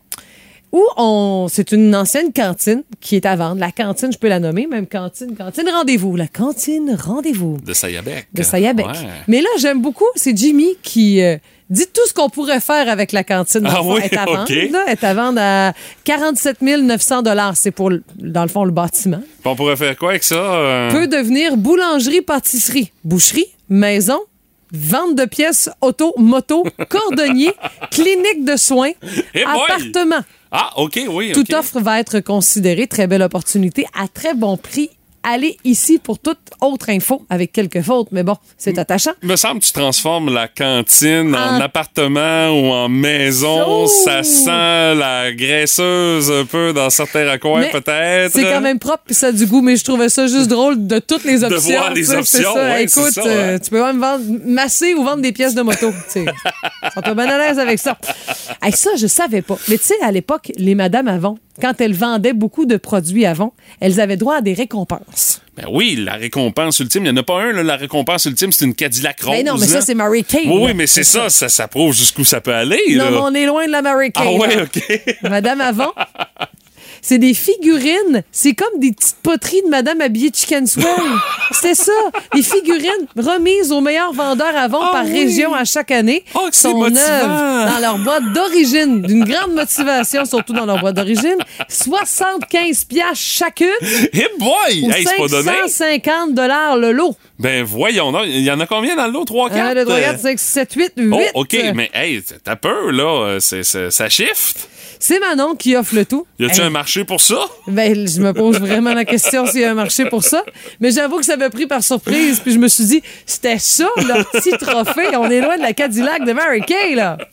[SPEAKER 1] Où on, c'est une ancienne cantine qui est à vendre. La cantine, je peux la nommer, même cantine, cantine rendez-vous. La cantine rendez-vous
[SPEAKER 2] De Sayabec.
[SPEAKER 1] de Sayabec.
[SPEAKER 2] Ah, Ouais.
[SPEAKER 1] Mais là, j'aime beaucoup, c'est Jimmy qui euh, dit tout ce qu'on pourrait faire avec la cantine. Dans
[SPEAKER 2] Ah
[SPEAKER 1] le fond,
[SPEAKER 2] oui,
[SPEAKER 1] elle est à
[SPEAKER 2] ok.
[SPEAKER 1] vendre, là. Elle est à vendre à 47 900 C'est pour, dans le fond, le bâtiment.
[SPEAKER 2] Puis On pourrait faire quoi avec ça? euh?
[SPEAKER 1] Peut devenir boulangerie-pâtisserie, boucherie, maison, vente de pièces, auto, moto, cordonnier, clinique de soins,
[SPEAKER 2] Eh boy!
[SPEAKER 1] appartement.
[SPEAKER 2] Ah, OK, oui.
[SPEAKER 1] Toute
[SPEAKER 2] ok.
[SPEAKER 1] offre va être considérée. Très belle opportunité à très bon prix allez ici pour toute autre info avec quelques fautes, mais bon,
[SPEAKER 2] Mm.
[SPEAKER 1] c'est attachant.
[SPEAKER 2] me semble que tu transformes la cantine en
[SPEAKER 1] En-
[SPEAKER 2] appartement ou en maison.
[SPEAKER 1] Ah. Oh!
[SPEAKER 2] Ça sent la graisseuse un peu dans certains raccoins,
[SPEAKER 1] Mais
[SPEAKER 2] peut-être.
[SPEAKER 1] C'est quand même propre, puis ça a du goût, mais je trouvais ça juste drôle de toutes les options.
[SPEAKER 2] voir les
[SPEAKER 1] tu sais, c'est
[SPEAKER 2] options,
[SPEAKER 1] ça.
[SPEAKER 2] ouais, c'est
[SPEAKER 1] Écoute,
[SPEAKER 2] ça,
[SPEAKER 1] euh,
[SPEAKER 2] ouais.
[SPEAKER 1] tu peux même vendre, masser ou vendre des pièces de moto. tu sais. On te bien à l'aise avec ça. Hey, ça, je savais pas. Mais tu sais, à l'époque, les madames avant, quand elles vendaient beaucoup de produits avant, elles avaient droit à des récompenses.
[SPEAKER 2] Ben oui, la récompense ultime. Il n'y en a pas un, là, la récompense ultime, c'est une Cadillac rose.
[SPEAKER 1] Mais Ben non, mais ça,
[SPEAKER 2] là.
[SPEAKER 1] c'est Mary Kay.
[SPEAKER 2] Oui,
[SPEAKER 1] là.
[SPEAKER 2] oui, mais c'est ça, ça, ça prouve jusqu'où ça peut aller.
[SPEAKER 1] Non,
[SPEAKER 2] là.
[SPEAKER 1] mais on est loin de la Mary Kay.
[SPEAKER 2] Ah ouais,
[SPEAKER 1] là.
[SPEAKER 2] OK.
[SPEAKER 1] Madame Avant. C'est des figurines. C'est comme des petites poteries de Madame habillée de Chicken Swell. C'était ça. Des figurines remises aux meilleurs vendeurs avant
[SPEAKER 2] Ah
[SPEAKER 1] par
[SPEAKER 2] oui.
[SPEAKER 1] région à chaque année.
[SPEAKER 2] Oh, que c'est
[SPEAKER 1] Son
[SPEAKER 2] motivant.
[SPEAKER 1] œuvre dans leur boîte d'origine. D'une grande motivation, surtout dans leur boîte d'origine. 75 piastres chacune
[SPEAKER 2] Hey boy!
[SPEAKER 1] ou
[SPEAKER 2] Hey, c'est pas donné.
[SPEAKER 1] 550 dollars le lot. Hein,
[SPEAKER 2] Ben voyons, donc. il y en a combien dans le lot? 3, 4?
[SPEAKER 1] 1, 2, 3, 4, 5, 6, 7, 8, 8.
[SPEAKER 2] Oh, OK, mais hey, t'as peur, là. euh, c'est- c'est- ça shift.
[SPEAKER 1] C'est Manon qui offre le tout.
[SPEAKER 2] Y
[SPEAKER 1] Hey,
[SPEAKER 2] a-tu un marché pour ça?
[SPEAKER 1] Ben, je me pose vraiment la question s'il y a un marché pour ça. Mais j'avoue que ça m'a pris par surprise. Puis je me suis dit, c'était ça, leur petit trophée. On est loin de la Cadillac de Mary Kay, là.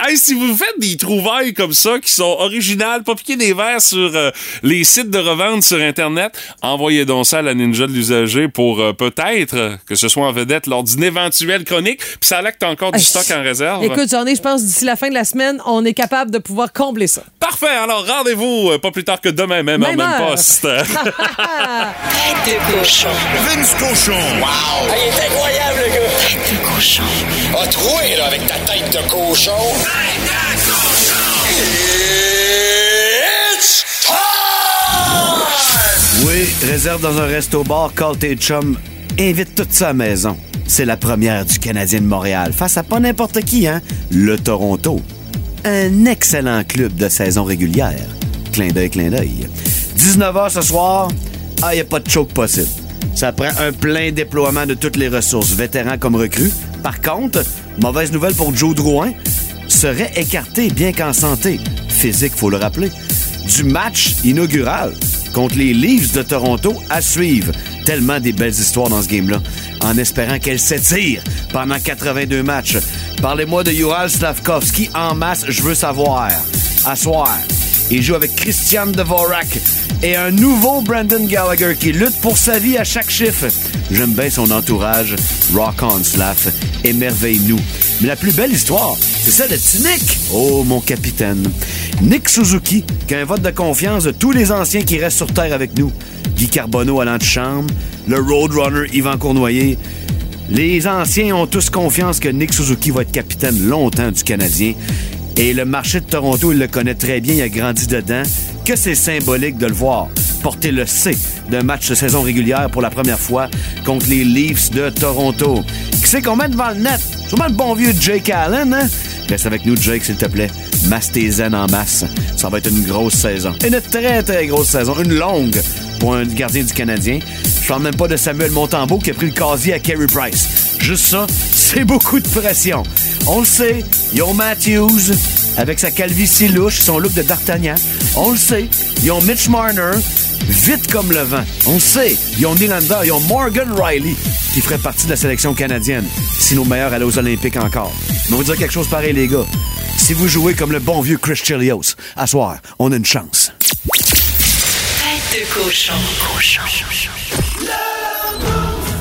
[SPEAKER 2] Hey, si vous faites des trouvailles comme ça qui sont originales, pas piquer des verres sur euh, les sites de revente sur Internet, envoyez donc ça à la ninja de l'usager pour euh, peut-être euh, que ce soit en vedette lors d'une éventuelle chronique. Puis ça a l'air que t'as encore du
[SPEAKER 1] Hey,
[SPEAKER 2] stock en réserve.
[SPEAKER 1] Écoute, j'en ai, je pense, d'ici la fin de la semaine, on est capable de pouvoir combler ça.
[SPEAKER 2] Parfait, alors rendez-vous euh, pas plus tard que demain, même,
[SPEAKER 1] Même
[SPEAKER 2] en même
[SPEAKER 1] heure.
[SPEAKER 2] poste.
[SPEAKER 3] Tête de cochon.
[SPEAKER 8] Vince Cochon.
[SPEAKER 9] Ah, il est incroyable, le gars!
[SPEAKER 3] Tête de cochon.
[SPEAKER 9] A troué, là, avec ta tête de cochon. Tête de cochon! It's time!
[SPEAKER 8] Oui, réserve dans un resto-bar, call tes chums, invite toute ça à la maison. C'est la première du Canadien de Montréal, face à pas n'importe qui, hein? Le Toronto. Un excellent club de saison régulière. Clin d'œil, clin d'œil. 19h ce soir, ah, y a pas de choke possible. Ça prend un plein déploiement de toutes les ressources, vétérans comme recrues. Par contre, mauvaise nouvelle pour Joe Drouin, serait écarté, bien qu'en santé. Physique, faut le rappeler. Du match inaugural contre les Leafs de Toronto à suivre. Tellement des belles histoires dans ce game-là. En espérant qu'elle s'étire pendant 82 matchs. Parlez-moi de Ural Slavkovski en masse, je veux savoir. À soir, il joue avec Christian Dvorak et un nouveau Brandon Gallagher qui lutte pour sa vie à chaque chiffre. J'aime bien son entourage. Rock on, Slav. Émerveille-nous. Mais la plus belle histoire, c'est celle de petit Nick. Oh, mon capitaine. Nick Suzuki, qui a un vote de confiance de tous les anciens qui restent sur Terre avec nous. Guy Carbonneau à l'antichambre. Le Roadrunner Yvan Cournoyer. Les anciens ont tous confiance que Nick Suzuki va être capitaine longtemps du Canadien. Et le marché de Toronto, il le connaît très bien, il a grandi dedans. Que c'est symbolique de le voir porter le C d'un match de saison régulière pour la première fois contre les Leafs de Toronto. Qui c'est qu'on met devant le net? Sûrement le bon vieux Jake Allen, hein? Reste avec nous, Jake, s'il te plaît. Masse tes zen en masse. Ça va être une grosse saison. Une très, très grosse saison. Une longue pour un gardien du Canadien. Je parle même pas de Samuel Montembeau qui a pris le casier à Carey Price. Juste ça, c'est beaucoup de pression. On le sait, ils ont Matthews avec sa calvitie louche, son look de d'Artagnan. On le sait, ils ont Mitch Marner, vite comme le vent. On le sait, ils ont Nylander, ils ont Morgan Riley qui ferait partie de la sélection canadienne si nos meilleurs allaient aux Olympiques encore. Mais on vous dire quelque chose pareil, les gars. Si vous jouez comme le bon vieux Chris Chelios, à soir, on a une chance.
[SPEAKER 3] Tête de cochon. Cochon.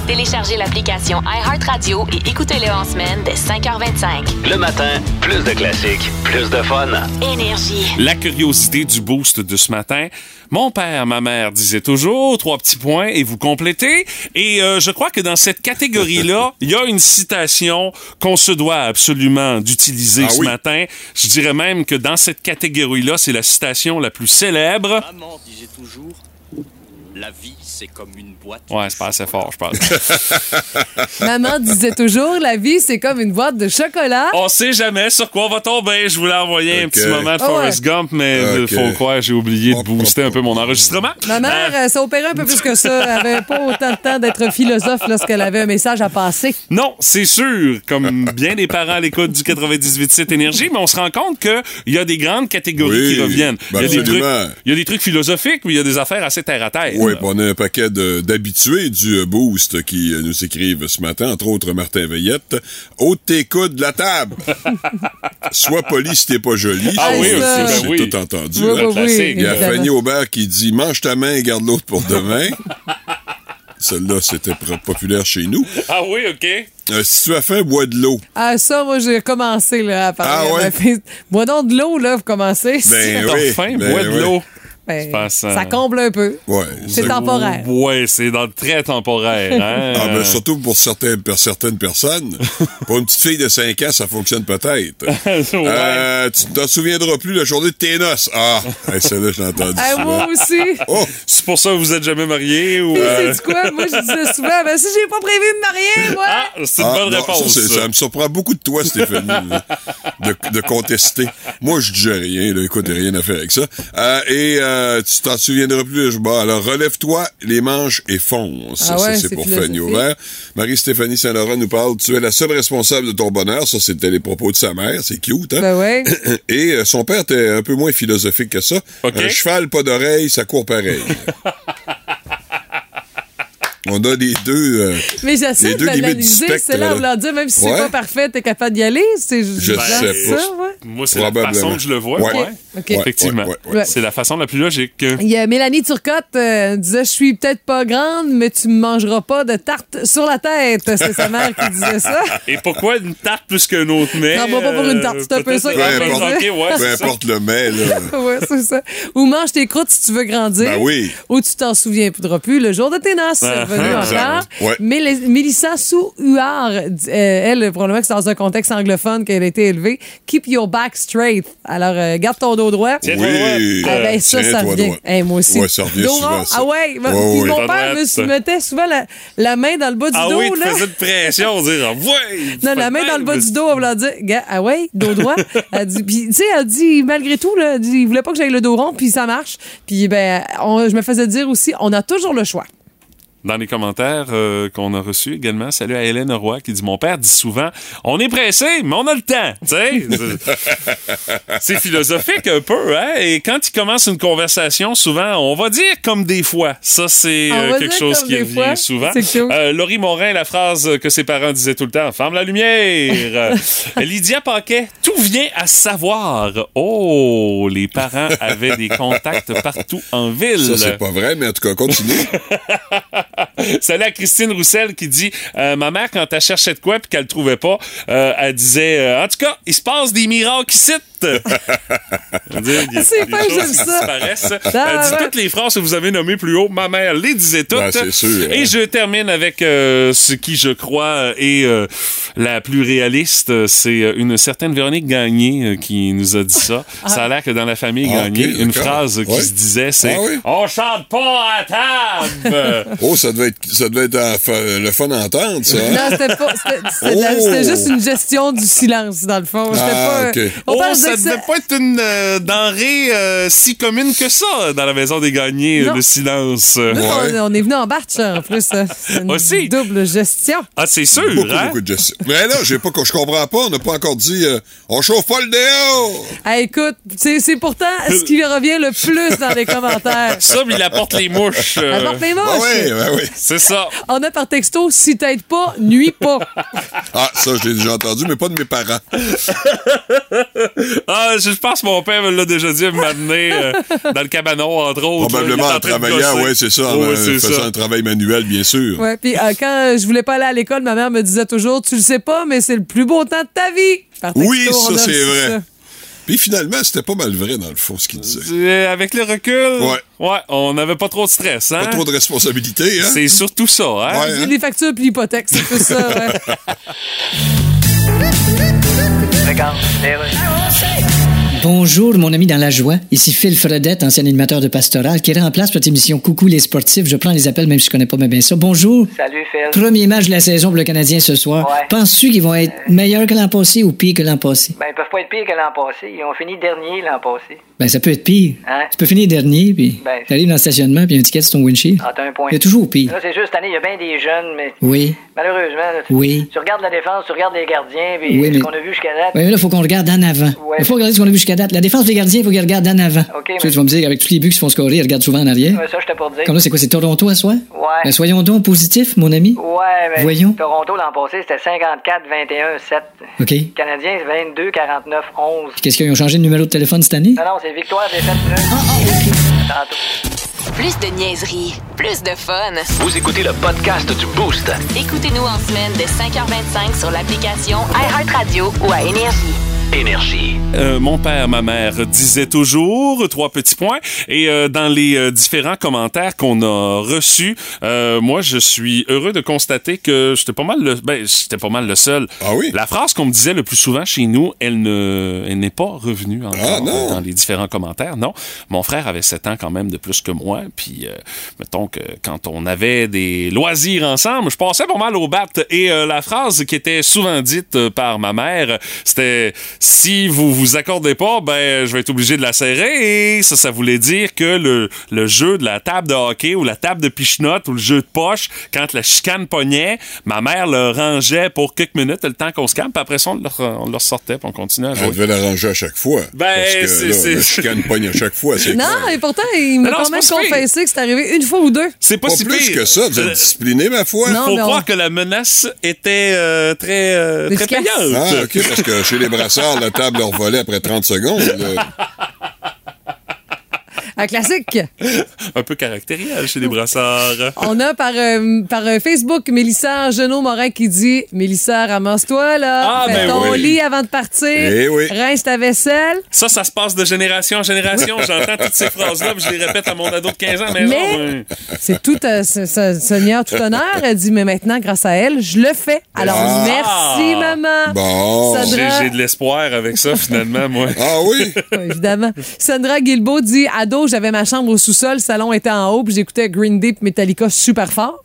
[SPEAKER 3] Téléchargez l'application iHeartRadio et écoutez-le en semaine dès 5h25.
[SPEAKER 10] Le matin, plus de classiques, plus de fun.
[SPEAKER 3] Énergie.
[SPEAKER 2] La curiosité du boost de ce matin. Mon père, ma mère disaient toujours trois petits points et vous complétez. Et euh, je crois que dans cette catégorie-là, il y a une citation qu'on se doit absolument d'utiliser
[SPEAKER 10] Ah
[SPEAKER 2] ce
[SPEAKER 10] oui.
[SPEAKER 2] matin. Je dirais même que dans cette catégorie-là, c'est la citation la plus célèbre.
[SPEAKER 9] Maman disait toujours, la vie, c'est comme une boîte.
[SPEAKER 2] Ouais, c'est pas assez fort, je pense.
[SPEAKER 1] Maman disait toujours, la vie, c'est comme une boîte de chocolat.
[SPEAKER 2] On sait jamais sur quoi on va tomber. Je voulais envoyer un
[SPEAKER 10] Ok.
[SPEAKER 2] petit moment de
[SPEAKER 1] Ah ouais.
[SPEAKER 2] Forrest Gump, mais euh,
[SPEAKER 10] Ok.
[SPEAKER 2] faut croire, j'ai oublié de booster un peu mon enregistrement.
[SPEAKER 1] Ma mère,
[SPEAKER 2] Euh,
[SPEAKER 1] euh, ça opérait un peu plus que ça. Elle avait pas autant de temps d'être philosophe lorsqu'elle avait un message à passer.
[SPEAKER 2] Non, c'est sûr, comme bien des parents à l'écoute du 98.7 Énergie, mais on se rend compte qu'il y a des grandes catégories
[SPEAKER 10] Oui,
[SPEAKER 2] qui reviennent. Il
[SPEAKER 10] ben
[SPEAKER 2] y a des trucs,
[SPEAKER 10] absolument.
[SPEAKER 2] il y a des trucs philosophiques, mais il y a des affaires assez terre à terre.
[SPEAKER 10] Oui,
[SPEAKER 11] Oui, puis on a un paquet de- d'habitués du euh, Boost qui euh, nous écrivent ce matin, entre autres Martin Veillette. Ôte tes coudes de la table. Sois poli si t'es pas joli.
[SPEAKER 2] Ah oui,
[SPEAKER 11] C'est-
[SPEAKER 2] aussi, ben
[SPEAKER 11] C'est
[SPEAKER 2] oui.
[SPEAKER 11] tout entendu.
[SPEAKER 2] Oui,
[SPEAKER 11] hein.
[SPEAKER 2] oui, oui, Classique.
[SPEAKER 11] Il y a
[SPEAKER 2] évidemment.
[SPEAKER 11] Fanny Aubert qui dit Mange ta main et garde l'autre pour demain. Celle-là, c'était pro- populaire chez nous.
[SPEAKER 2] Ah oui, OK.
[SPEAKER 11] Euh, si tu as faim, bois de l'eau.
[SPEAKER 1] Ah, ça, moi, j'ai commencé là, à parler.
[SPEAKER 11] Ah ouais?
[SPEAKER 1] à ma fille. Bois donc de l'eau, là, vous commencez.
[SPEAKER 11] Ben
[SPEAKER 2] T'as
[SPEAKER 11] oui,
[SPEAKER 2] faim,
[SPEAKER 11] ben
[SPEAKER 2] bois de
[SPEAKER 11] oui.
[SPEAKER 2] l'eau.
[SPEAKER 1] Ben,
[SPEAKER 2] Je pense, euh,
[SPEAKER 1] ça comble un peu.
[SPEAKER 11] Ouais.
[SPEAKER 1] C'est
[SPEAKER 11] ça-
[SPEAKER 1] temporaire.
[SPEAKER 2] Ouais, c'est dans très temporaire. Hein?
[SPEAKER 11] Ah, ben, surtout pour, certains, pour certaines personnes. pour une petite fille de 5 ans, ça fonctionne peut-être. Euh, tu ne t'en souviendras plus la journée de tes noces. Ah, hey, celle-là, je l'ai entendue. Oh,
[SPEAKER 1] Ah, moi aussi.
[SPEAKER 2] C'est pour ça que vous êtes jamais marié ou. euh,
[SPEAKER 1] C'est du quoi? Moi, je dis ça souvent. Ben, si j'ai pas prévu de me marier, moi.
[SPEAKER 2] C'est une
[SPEAKER 11] Ah,
[SPEAKER 2] bonne
[SPEAKER 11] non,
[SPEAKER 2] réponse.
[SPEAKER 11] Ça, c'est- ça me surprend beaucoup de toi, Stéphanie, là, de, de contester. Moi, je dis rien. Là, écoute, j'ai rien à faire avec ça. Euh, et euh, tu t'en souviendras plus. Je, bon, alors, relève-toi, les manches et fonce.
[SPEAKER 12] Ah
[SPEAKER 11] ça,
[SPEAKER 12] ouais,
[SPEAKER 11] c'est
[SPEAKER 12] c'est
[SPEAKER 11] pour
[SPEAKER 12] philosophique.
[SPEAKER 11] Fanny Aubert. Marie-Stéphanie Saint-Laurent nous parle. Tu es la seule responsable de ton bonheur. Ça, c'était les propos de sa mère. C'est cute, hein?
[SPEAKER 1] Ben ouais.
[SPEAKER 11] Et euh, son père était un peu moins philosophique que ça. Un cheval, pas d'oreille, ça court pareil. On a les deux. euh,
[SPEAKER 1] Mais j'essaie
[SPEAKER 11] les
[SPEAKER 1] de
[SPEAKER 11] deux limites du
[SPEAKER 1] l'analyser.
[SPEAKER 11] spectre,
[SPEAKER 1] C'est là,
[SPEAKER 11] là.
[SPEAKER 1] on l'a dit, même si
[SPEAKER 11] Ouais.
[SPEAKER 1] c'est pas parfait, t'es capable d'y aller. C'est juste
[SPEAKER 11] Je
[SPEAKER 1] ça,
[SPEAKER 11] sais pas.
[SPEAKER 1] ouais.
[SPEAKER 2] Moi, c'est la
[SPEAKER 11] Probablement.
[SPEAKER 2] façon que je le vois.
[SPEAKER 11] Ouais.
[SPEAKER 2] ouais.
[SPEAKER 1] Ok. Ouais,
[SPEAKER 2] Effectivement.
[SPEAKER 1] ouais, ouais, ouais.
[SPEAKER 2] C'est la façon la plus logique.
[SPEAKER 1] Il y a Mélanie Turcotte euh, disait Je suis peut-être pas grande, mais tu me mangeras pas de tarte sur la tête. C'est sa mère qui disait ça.
[SPEAKER 2] Et pourquoi une tarte plus qu'un autre mais
[SPEAKER 1] Non, moi, pas pour une tarte, c'est un peu ça
[SPEAKER 11] peu
[SPEAKER 1] qu'elle
[SPEAKER 11] importe,
[SPEAKER 1] faisait.
[SPEAKER 11] peu importe le mais, là.
[SPEAKER 1] ouais, c'est ça. Ou mange tes croûtes si tu veux grandir.
[SPEAKER 11] Ben oui.
[SPEAKER 1] Ou tu t'en souviens plus le jour de tes noces.
[SPEAKER 11] Ah,
[SPEAKER 1] Revenu en
[SPEAKER 11] exact.
[SPEAKER 1] retard.
[SPEAKER 11] Ouais.
[SPEAKER 1] Mais les- Mélissa Sou-Huard, euh, elle, probablement que c'est dans un contexte anglophone qu'elle a été élevée. Keep your back straight. Alors, euh, garde ton dos droit.
[SPEAKER 11] Tiens-toi Oui. droite.
[SPEAKER 1] Ah, ben, ça, ça
[SPEAKER 11] Tiens-toi
[SPEAKER 1] revient.
[SPEAKER 11] droite.
[SPEAKER 1] Eh, moi aussi.
[SPEAKER 11] Ouais, ça revient
[SPEAKER 1] Dos
[SPEAKER 11] souvent,
[SPEAKER 1] rond.
[SPEAKER 11] ça.
[SPEAKER 1] Ah ouais.
[SPEAKER 11] Ouais,
[SPEAKER 1] Puis
[SPEAKER 11] ouais.
[SPEAKER 1] mon
[SPEAKER 11] Pas
[SPEAKER 1] père
[SPEAKER 11] droite.
[SPEAKER 1] me sou- mettait souvent la, la main dans le bas du
[SPEAKER 2] Ah
[SPEAKER 1] dos.
[SPEAKER 2] oui, tu
[SPEAKER 1] là.
[SPEAKER 2] faisais de pression, dire ouais.
[SPEAKER 1] Non, la main dans le bas du dos, elle voulait dire, gars, ah ouais, dos droit. Elle dit, puis, tu sais, elle dit, malgré tout, là, elle dit, il voulait pas que j'aille le dos rond, puis ça marche. Puis, ben, on- je me faisais dire aussi, on a toujours le choix.
[SPEAKER 11] Hein?
[SPEAKER 2] Dans les commentaires euh, qu'on a reçus également, salut à Hélène Roy qui dit Mon père dit souvent On est pressé, mais on a le temps. Tu sais, c'est- c'est philosophique un peu, hein? Et quand il commence une conversation, souvent, on va dire comme des fois. Ça, c'est
[SPEAKER 12] On
[SPEAKER 2] euh,
[SPEAKER 12] va
[SPEAKER 2] quelque
[SPEAKER 12] dire
[SPEAKER 2] chose
[SPEAKER 12] comme
[SPEAKER 2] qui
[SPEAKER 12] des
[SPEAKER 2] revient
[SPEAKER 12] fois.
[SPEAKER 2] souvent.
[SPEAKER 12] C'est cool.
[SPEAKER 2] Euh, Laurie Morin, la phrase que ses parents disaient tout le temps Ferme la lumière. Euh, Lydia Paquet, tout vient à savoir. Oh, les parents avaient des contacts partout en ville.
[SPEAKER 11] Ça, c'est pas vrai, mais en tout cas, continue.
[SPEAKER 2] Salut à Christine Roussel qui dit euh, Ma mère, quand elle cherchait de quoi puis qu'elle le trouvait pas, euh, elle disait euh, En tout cas, il se passe des miracles ici.
[SPEAKER 12] C'est pas, j'aime ça. Ah,
[SPEAKER 2] Elle dit
[SPEAKER 12] ouais.
[SPEAKER 2] toutes les phrases que vous avez nommées plus haut. Ma mère les disait toutes.
[SPEAKER 11] Ben, c'est sûr,
[SPEAKER 2] Et
[SPEAKER 11] hein.
[SPEAKER 2] je termine avec euh, ce qui, je crois, euh, est euh, la plus réaliste. Euh, C'est euh, une certaine Véronique Gagné euh, qui nous a dit ça.
[SPEAKER 12] Ah.
[SPEAKER 2] Ça a l'air que dans la famille
[SPEAKER 11] Ah,
[SPEAKER 2] Gagné,
[SPEAKER 11] ok,
[SPEAKER 2] une
[SPEAKER 11] d'accord.
[SPEAKER 2] phrase qui
[SPEAKER 11] Ouais.
[SPEAKER 2] se disait c'est
[SPEAKER 11] Ah oui?
[SPEAKER 2] On chante pas à table.
[SPEAKER 11] oh, ça devait être, ça devait être euh, fa- le fun à entendre, ça. hein?
[SPEAKER 1] Non, c'était pas, c'était c'était de la-
[SPEAKER 11] Oh!
[SPEAKER 1] c'était juste une gestion du silence, dans le fond. C'était pas,
[SPEAKER 11] Ah, ok.
[SPEAKER 1] on
[SPEAKER 2] Oh,
[SPEAKER 1] parle de
[SPEAKER 2] ça
[SPEAKER 1] que
[SPEAKER 2] devait
[SPEAKER 1] c'est-
[SPEAKER 2] pas être une euh, denrée euh, si commune que ça dans la maison des gagnés, euh,
[SPEAKER 1] Non.
[SPEAKER 2] le silence. euh.
[SPEAKER 1] Nous, on, on est venu en barge, en plus. euh, C'est une double gestion.
[SPEAKER 2] Ah, c'est sûr,
[SPEAKER 11] Beaucoup,
[SPEAKER 2] hein?
[SPEAKER 11] beaucoup de gestion. Mais là, j'ai pas, je comprends pas, on n'a pas encore dit, euh, on chauffe pas le déo!
[SPEAKER 1] Ah, écoute, c'est c'est pourtant ce qui revient le plus dans les commentaires.
[SPEAKER 2] Ça, mais il apporte les mouches. euh.
[SPEAKER 1] Apporte les mouches. Ah ouais, ouais, ouais.
[SPEAKER 2] C'est ça.
[SPEAKER 1] On a par texto, si t'aides pas, nuit pas.
[SPEAKER 11] Ah, ça, je l'ai déjà entendu, mais pas de mes parents.
[SPEAKER 2] Ah, je je pense que mon père me l'a déjà dit m'amener euh, dans le cabanon, entre autres.
[SPEAKER 11] Probablement en travaillant, ouais, c'est ça, en euh, faisant un travail manuel, bien sûr.
[SPEAKER 1] Ouais, puis euh, quand je voulais pas aller à l'école, ma mère me disait toujours Tu le sais pas, mais c'est le plus beau temps de ta vie. Par texto,
[SPEAKER 11] Oui,
[SPEAKER 1] on
[SPEAKER 11] ça,
[SPEAKER 1] a euh,
[SPEAKER 11] c'est
[SPEAKER 1] reçu
[SPEAKER 11] vrai.
[SPEAKER 1] ça.
[SPEAKER 11] Puis finalement, c'était pas mal vrai, dans le fond, ce qu'il disait.
[SPEAKER 2] Euh, Avec le recul, ouais. on n'avait pas trop de stress. Hein?
[SPEAKER 11] Pas trop de responsabilité, hein?
[SPEAKER 2] C'est surtout ça. Hein?
[SPEAKER 11] Ouais,
[SPEAKER 1] Les factures puis l'hypothèque, c'est tout ça. ouais.
[SPEAKER 4] Regarde, les
[SPEAKER 5] Bonjour, mon ami dans la joie. Ici Phil Fredette, ancien animateur de Pastoral, qui remplace votre émission Coucou les sportifs. Je prends les appels même si je connais pas bien bien ça. Bonjour.
[SPEAKER 4] Salut, Phil.
[SPEAKER 5] Premier match de la saison pour le Canadien ce soir. Penses-tu qu'ils vont être meilleurs que l'an passé ou pires que l'an passé?
[SPEAKER 4] Euh. Ben, ils peuvent pas être pires que l'an passé. Ils ont fini dernier l'an passé.
[SPEAKER 5] Ben, ça peut être pire.
[SPEAKER 4] Hein?
[SPEAKER 5] Tu peux finir dernier, puis
[SPEAKER 4] Ben,
[SPEAKER 5] t'arrives dans le stationnement, puis il y a un ticket sur ton windshield.
[SPEAKER 4] Ah, t'as Euh. un point.
[SPEAKER 5] Il y a toujours pire.
[SPEAKER 4] Là, c'est juste cette année, il y a bien des jeunes, mais
[SPEAKER 5] Oui.
[SPEAKER 4] malheureusement, là, tu-
[SPEAKER 5] Oui.
[SPEAKER 4] tu regardes la défense, tu regardes les gardiens, puis
[SPEAKER 5] Oui,
[SPEAKER 4] ce
[SPEAKER 5] mais-
[SPEAKER 4] qu'on a vu jusqu'à date.
[SPEAKER 5] Oui, mais là, il faut qu'on regarde en avant. Il
[SPEAKER 4] Ouais.
[SPEAKER 5] faut regarder ce qu'on a vu jusqu'à date. La défense des gardiens, il faut qu'ils regardent en avant.
[SPEAKER 4] OK,
[SPEAKER 5] Tu sais, tu vas me dire, avec tous les buts qui se font scorer, ils regardent souvent en arrière.
[SPEAKER 4] Ouais, ça, j'étais pour dire.
[SPEAKER 5] Comme là, c'est quoi, c'est Toronto à soi?
[SPEAKER 4] Ouais.
[SPEAKER 5] Ben, soyons donc positifs, mon ami.
[SPEAKER 4] Ouais, mais
[SPEAKER 5] Voyons.
[SPEAKER 4] Toronto l'an passé, c'était 54-21-7.
[SPEAKER 5] OK.
[SPEAKER 4] Les Canadiens, 22-49-11.
[SPEAKER 5] Puis Qu'est-ce qu'ils ont changé de numéro de téléphone cette année?
[SPEAKER 4] Non, non, c'est victoire des 7
[SPEAKER 3] Plus de niaiserie, plus de fun.
[SPEAKER 10] Vous écoutez le podcast du Boost.
[SPEAKER 3] Écoutez-nous en semaine de 5h25 sur l'application iHeartRadio ou à Énergie.
[SPEAKER 10] Énergie.
[SPEAKER 2] Euh, mon père, ma mère disait toujours trois petits points. Et euh, dans les euh, différents commentaires qu'on a reçus, euh, moi, je suis heureux de constater que j'étais pas mal le, ben, j'étais pas mal le seul. Ah oui. La phrase qu'on me disait le plus souvent chez nous, elle ne, elle n'est pas revenue encore euh, dans les différents commentaires. Non, mon frère avait sept ans quand même de plus que moi. Puis euh, mettons que quand on avait des loisirs ensemble, je passais pas mal au bat. Et euh, la phrase qui était souvent dite euh, par ma mère, c'était si vous vous accordez pas, ben je vais être obligé de la serrer. Et ça, ça voulait dire que le, le jeu de la table de hockey ou la table de pichenote ou le jeu de poche, quand la chicane pognait, ma mère le rangeait pour quelques minutes, le temps qu'on se calme. Puis après ça, on le, re- on le ressortait, puis on continuait à jouer.
[SPEAKER 11] On devait l'arranger à chaque fois.
[SPEAKER 2] Ben,
[SPEAKER 11] parce que
[SPEAKER 2] c'est-
[SPEAKER 11] là,
[SPEAKER 2] c'est-
[SPEAKER 11] la chicane pogne à chaque fois. c'est clair.
[SPEAKER 1] Non, et pourtant, il m'a
[SPEAKER 2] non,
[SPEAKER 1] quand
[SPEAKER 2] c'est
[SPEAKER 1] même
[SPEAKER 2] pas si
[SPEAKER 1] confessé que c'est arrivé une fois ou deux.
[SPEAKER 2] C'est pas,
[SPEAKER 11] Pas
[SPEAKER 2] si
[SPEAKER 11] plus
[SPEAKER 2] pire.
[SPEAKER 11] que ça, vous êtes
[SPEAKER 2] Euh,
[SPEAKER 11] discipliné, ma foi.
[SPEAKER 2] Il
[SPEAKER 1] Non,
[SPEAKER 2] faut
[SPEAKER 1] mais on-
[SPEAKER 2] croire que la menace était euh, très, euh, très
[SPEAKER 1] Efficace.
[SPEAKER 2] payante.
[SPEAKER 11] Ah, OK, parce que chez les brasseurs, la table leur volait après 30 secondes. là.
[SPEAKER 1] Un classique.
[SPEAKER 11] Hein?
[SPEAKER 2] Un peu caractériel chez les brasseurs.
[SPEAKER 1] On a par, euh, par euh, Facebook Mélissa Genot morin qui dit Mélissa, ramasse-toi, là.
[SPEAKER 2] Ah,
[SPEAKER 1] Fais
[SPEAKER 2] ben
[SPEAKER 1] ton
[SPEAKER 2] oui.
[SPEAKER 1] lit avant de partir.
[SPEAKER 2] Eh oui.
[SPEAKER 1] Rince ta vaisselle.
[SPEAKER 2] Ça, ça se passe de génération en génération. J'entends toutes ces phrases-là, puis je les répète à mon ado de 15 ans à la maison.
[SPEAKER 1] Mais-
[SPEAKER 2] Ouais.
[SPEAKER 1] C'est tout, euh, ce- ce- Seigneur, tout honneur. Elle dit Mais maintenant, grâce à elle, je le fais. Alors,
[SPEAKER 2] Ah.
[SPEAKER 1] merci, maman.
[SPEAKER 2] J'ai
[SPEAKER 1] Sandra,
[SPEAKER 2] j'ai de l'espoir avec ça, finalement, moi.
[SPEAKER 11] Ah oui?
[SPEAKER 1] évidemment. Sandra Guilbeault dit Ado, j'avais ma chambre au sous-sol, le salon était en haut, puis j'écoutais Green Deep Metallica super fort.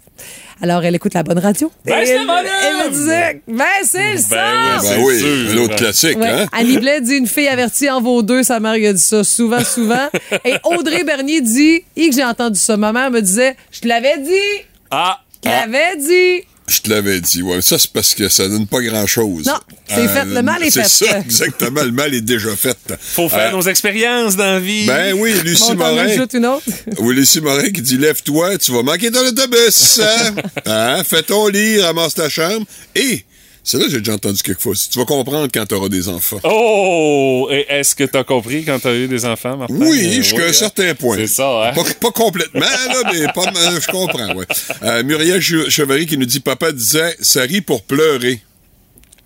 [SPEAKER 1] Alors, elle écoute la bonne radio.
[SPEAKER 12] Ben,
[SPEAKER 1] Et
[SPEAKER 12] c'est
[SPEAKER 1] elle,
[SPEAKER 12] le bonhomme!
[SPEAKER 1] elle me disait Ben, c'est le son!
[SPEAKER 11] Ben
[SPEAKER 2] c'est
[SPEAKER 11] oui,
[SPEAKER 2] sûr.
[SPEAKER 11] un autre classique,
[SPEAKER 1] Ouais.
[SPEAKER 11] hein?
[SPEAKER 1] Annie Blais dit une fille avertie en vaut deux. Sa mère lui a dit ça souvent, souvent. Et Audrey Bernier dit et que j'ai entendu ça. Ma mère me disait Je te l'avais dit
[SPEAKER 2] Ah!
[SPEAKER 1] Je te l'avais dit
[SPEAKER 11] Je te l'avais dit. Ouais, ça, c'est parce que ça donne pas grand-chose. Euh,
[SPEAKER 1] Non, c'est fait, le mal est fait.
[SPEAKER 11] C'est ça, exactement. Le mal est déjà fait. Euh,
[SPEAKER 2] Faut faire nos expériences dans la vie.
[SPEAKER 11] Ben oui, Lucie
[SPEAKER 1] Bon, t'en
[SPEAKER 11] Morin.
[SPEAKER 1] ajoutes une autre.
[SPEAKER 11] Oui, Lucie Morin qui dit Lève-toi, tu vas manquer ton autobus. hein? Hein? Fais ton lit, ramasse ta chambre. Et, c'est là que j'ai déjà entendu quelquefois. Tu vas comprendre quand tu auras des enfants.
[SPEAKER 2] Ah, Oh! Et est-ce que t'as compris quand t'as eu des enfants, Martin?
[SPEAKER 11] Oui,
[SPEAKER 2] Euh,
[SPEAKER 11] jusqu'à un
[SPEAKER 2] hein?
[SPEAKER 11] certain point.
[SPEAKER 2] C'est ça, hein?
[SPEAKER 11] Pas, pas complètement, là, mais pas mal, je comprends, ouais. Euh, Muriel Che- Chevalier qui nous dit Papa disait, ça rit pour pleurer.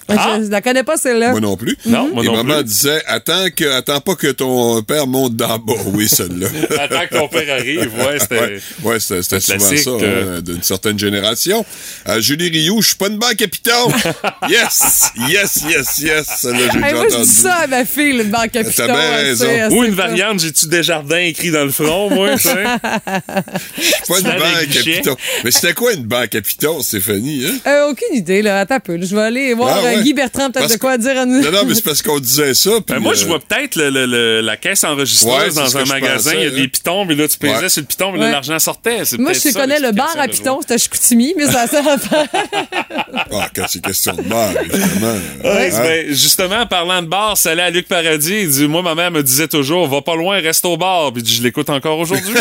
[SPEAKER 1] Je, je la connais pas, celle-là.
[SPEAKER 11] Moi non plus.
[SPEAKER 2] Non, moi
[SPEAKER 11] Et
[SPEAKER 2] non
[SPEAKER 11] maman
[SPEAKER 2] plus.
[SPEAKER 11] disait attends, que, attends pas que ton père monte d'en bas. Oui, celle-là.
[SPEAKER 2] Attends que ton père arrive. Ouais, c'était.
[SPEAKER 11] Ouais, ouais, c'était c'était
[SPEAKER 2] Un
[SPEAKER 11] souvent
[SPEAKER 2] classique,
[SPEAKER 11] ça,
[SPEAKER 2] euh.
[SPEAKER 11] hein, d'une certaine génération. Euh, Julie Rioux, je suis pas une banque à piton. yes, yes, yes, yes. Celle-là, j'ai
[SPEAKER 1] Hey,
[SPEAKER 11] déjà
[SPEAKER 1] moi, je
[SPEAKER 11] entendu.
[SPEAKER 1] dis ça à ma fille, le banc à
[SPEAKER 11] T'as bien raison.
[SPEAKER 2] Ou une variante, j'ai-tu des jardins écrits dans le front, moi, tu sais?
[SPEAKER 11] Je suis pas une
[SPEAKER 2] Avec
[SPEAKER 11] banque à
[SPEAKER 2] guichet.
[SPEAKER 11] piton. Mais c'était quoi une banque à piton, Stéphanie? Hein?
[SPEAKER 1] Euh, aucune idée, là. Attends un peu. là. Je vais aller voir
[SPEAKER 11] Ah, ouais.
[SPEAKER 1] euh, Guy Bertrand, peut-être
[SPEAKER 11] Parce
[SPEAKER 1] de quoi dire à nous.
[SPEAKER 11] Non, non, mais c'est parce qu'on disait ça. puis,
[SPEAKER 2] Ben, moi, je
[SPEAKER 11] euh,
[SPEAKER 2] vois peut-être le- le- le- la caisse
[SPEAKER 11] Ouais,
[SPEAKER 2] enregistreuse
[SPEAKER 11] c'est ce
[SPEAKER 2] dans un
[SPEAKER 11] que je
[SPEAKER 2] magasin. Il y a
[SPEAKER 11] pensais,
[SPEAKER 2] des
[SPEAKER 11] hein.
[SPEAKER 2] pitons, puis là, tu pesais
[SPEAKER 11] Ouais.
[SPEAKER 2] sur le piton, puis là,
[SPEAKER 1] Ouais.
[SPEAKER 2] l'argent sortait. C'est
[SPEAKER 1] Moi,
[SPEAKER 2] peut-être
[SPEAKER 1] je
[SPEAKER 2] ça,
[SPEAKER 1] connais le bar à
[SPEAKER 2] l'explication,
[SPEAKER 1] Python, c'était à Chicoutimi, mais ça ça va faire.
[SPEAKER 11] Ah, quand c'est question de bar, évidemment.
[SPEAKER 2] je vois. Ouais,
[SPEAKER 11] Hein?
[SPEAKER 2] ben, justement, en parlant de bar, ça allait à Luc Paradis. Il dit, moi, ma mère me disait toujours, va pas loin, reste au bar. Puis je l'écoute encore aujourd'hui.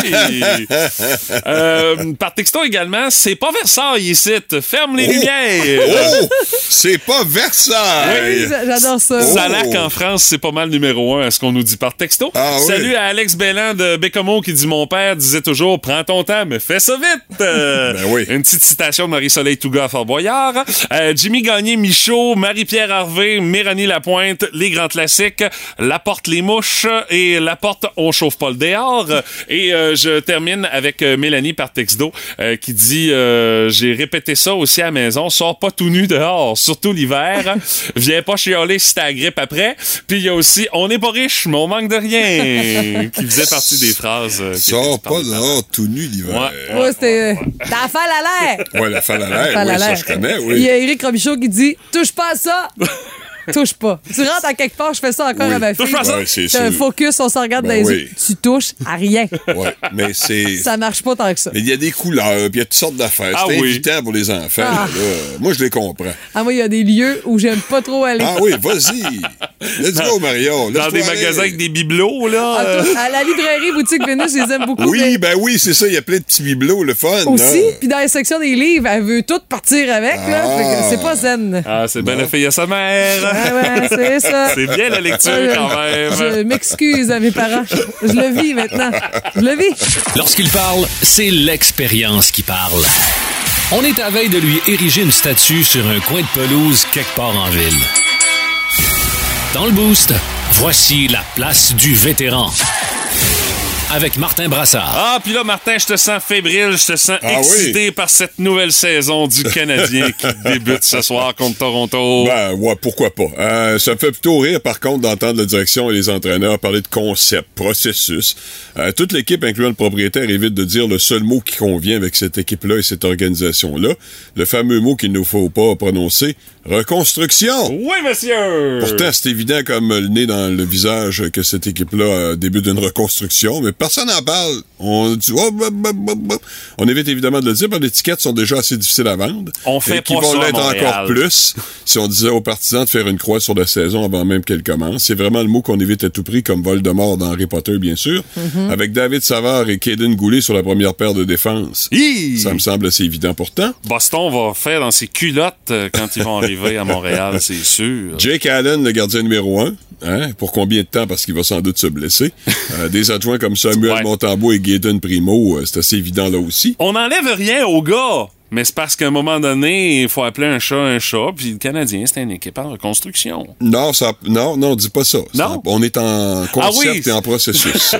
[SPEAKER 2] Euh, par texto également, c'est pas Versailles ici. Ferme les
[SPEAKER 11] Oh!
[SPEAKER 2] lumières.
[SPEAKER 11] Oh! C'est pas Versailles!
[SPEAKER 1] J'adore ça.
[SPEAKER 11] oh!
[SPEAKER 2] Salac en France, c'est pas mal numéro un à ce qu'on nous dit par texto.
[SPEAKER 11] Ah oui.
[SPEAKER 2] Salut à Alex Belland de Bécomo qui dit Mon père disait toujours Prends ton temps, mais fais ça vite. Euh,
[SPEAKER 11] Ben oui.
[SPEAKER 2] Une petite citation de Marie-Soleil Touga à Fort Boyard. Euh, Jimmy Gagné Michaud, Marie-Pierre Harvey, Méranie Lapointe, les grands classiques, La porte les mouches et La porte on chauffe pas le dehors. Et euh, je termine avec euh, Mélanie par texto euh, qui dit euh, J'ai répété ça aussi à la maison, sors pas tout nu dehors, surtout l'hiver. Viens pas chialer si t'as la grippe après. Puis il y a aussi On n'est pas riche, mais on manque de rien qui faisait partie des phrases. euh, qui étaient
[SPEAKER 11] Sors
[SPEAKER 2] dites par
[SPEAKER 11] pas
[SPEAKER 2] les
[SPEAKER 11] dehors tout nu l'hiver.
[SPEAKER 2] parents. Ouais.
[SPEAKER 1] Moi, c'était. euh, La falle à l'air!
[SPEAKER 11] Ouais, la falle à
[SPEAKER 1] La
[SPEAKER 11] l'air,
[SPEAKER 1] falle à
[SPEAKER 11] oui, ça
[SPEAKER 1] l'air.
[SPEAKER 11] je connais,
[SPEAKER 1] Il y
[SPEAKER 11] oui.
[SPEAKER 1] a Éric Robichaud qui dit Touche pas à ça! touche pas. Tu rentres à quelque part, je fais ça encore
[SPEAKER 11] Oui.
[SPEAKER 1] à ma fille.
[SPEAKER 11] Touche pas à ça. Ouais, c'est
[SPEAKER 1] T'as un
[SPEAKER 11] sûr.
[SPEAKER 1] focus, on s'en regarde
[SPEAKER 11] Ben
[SPEAKER 1] dans les
[SPEAKER 11] oui.
[SPEAKER 1] yeux. Tu touches à rien.
[SPEAKER 11] Ouais, mais c'est.
[SPEAKER 1] Ça marche pas tant que ça.
[SPEAKER 11] Mais il y a des couleurs, puis il y a toutes sortes d'affaires.
[SPEAKER 1] Ah
[SPEAKER 11] c'est
[SPEAKER 1] oui.
[SPEAKER 11] invitant pour les enfants.
[SPEAKER 1] Ah.
[SPEAKER 11] là. Moi, je les comprends.
[SPEAKER 1] Ah, moi, il y a des lieux où j'aime pas trop aller.
[SPEAKER 11] Ah oui, vas-y. Let's go, Mario.
[SPEAKER 2] Dans des magasins avec des bibelots, là.
[SPEAKER 1] À,
[SPEAKER 11] euh.
[SPEAKER 1] tout- Ah, à la librairie Boutique Vénus, je les aime beaucoup.
[SPEAKER 11] Oui, ben oui, c'est ça. Il y a plein de petits bibelots, le fun.
[SPEAKER 1] Ah, Aussi,
[SPEAKER 11] hein.
[SPEAKER 1] puis dans la section des livres, elle veut tout partir avec, là.
[SPEAKER 11] Ah.
[SPEAKER 1] Fait que c'est pas zen.
[SPEAKER 2] Ah, c'est bien la fille à sa mère.
[SPEAKER 1] Ah ouais, c'est ça.
[SPEAKER 2] C'est bien la lecture,
[SPEAKER 1] Je-
[SPEAKER 2] quand
[SPEAKER 1] Je
[SPEAKER 2] même.
[SPEAKER 1] m'excuse à mes parents. Je le vis maintenant. Je le vis.
[SPEAKER 6] Lorsqu'il parle, c'est l'expérience qui parle. On est à veille de lui ériger une statue sur un coin de pelouse quelque part en ville. Dans le boost, voici la place du vétéran. Avec Martin Brassard.
[SPEAKER 2] Ah, puis là, Martin, je te sens fébrile, je te sens
[SPEAKER 11] Ah oui.
[SPEAKER 2] excité par cette nouvelle saison du Canadien qui débute ce soir contre Toronto.
[SPEAKER 11] Ben, ouais, pourquoi pas. Euh, ça me fait plutôt rire, par contre, d'entendre la direction et les entraîneurs parler de concept, processus. Euh, toute l'équipe, incluant le propriétaire, évite de dire le seul mot qui convient avec cette équipe-là et cette organisation-là. Le fameux mot qu'il ne faut pas prononcer, reconstruction.
[SPEAKER 2] Oui, monsieur!
[SPEAKER 11] Pourtant, c'est évident comme le nez dans le visage que cette équipe-là euh, débute une reconstruction, mais personne n'en parle. On dit, oh, bah, bah, bah, bah. on évite évidemment de le dire, parce que les tickets sont déjà assez difficiles à vendre.
[SPEAKER 2] On fait
[SPEAKER 11] et qui
[SPEAKER 2] pas
[SPEAKER 11] vont
[SPEAKER 2] ça à
[SPEAKER 11] l'être
[SPEAKER 2] Montréal.
[SPEAKER 11] encore plus si on disait aux partisans de faire une croix sur la saison avant même qu'elle commence. C'est vraiment le mot qu'on évite à tout prix, comme Voldemort dans Harry Potter, bien sûr.
[SPEAKER 2] Mhm.
[SPEAKER 11] Avec David Savard et Kaden Goulet sur la première paire de défense. Ça me semble assez évident pourtant.
[SPEAKER 2] Boston va faire dans ses culottes euh, quand ils vont arriver à Montréal, c'est sûr.
[SPEAKER 11] Jake Allen, le gardien numéro un. Hein, pour combien de temps? Parce qu'il va sans doute se blesser. Euh, des adjoints comme Samuel Montembeau et Gaydon Primo, euh, c'est assez évident là aussi.
[SPEAKER 2] On n'enlève rien au gars, mais c'est parce qu'à un moment donné, il faut appeler un chat un chat, puis le Canadien, c'est une équipe en reconstruction.
[SPEAKER 11] Non, ça, non, non, dis pas ça. Ça- on est en concept
[SPEAKER 2] Ah oui.
[SPEAKER 11] et en processus.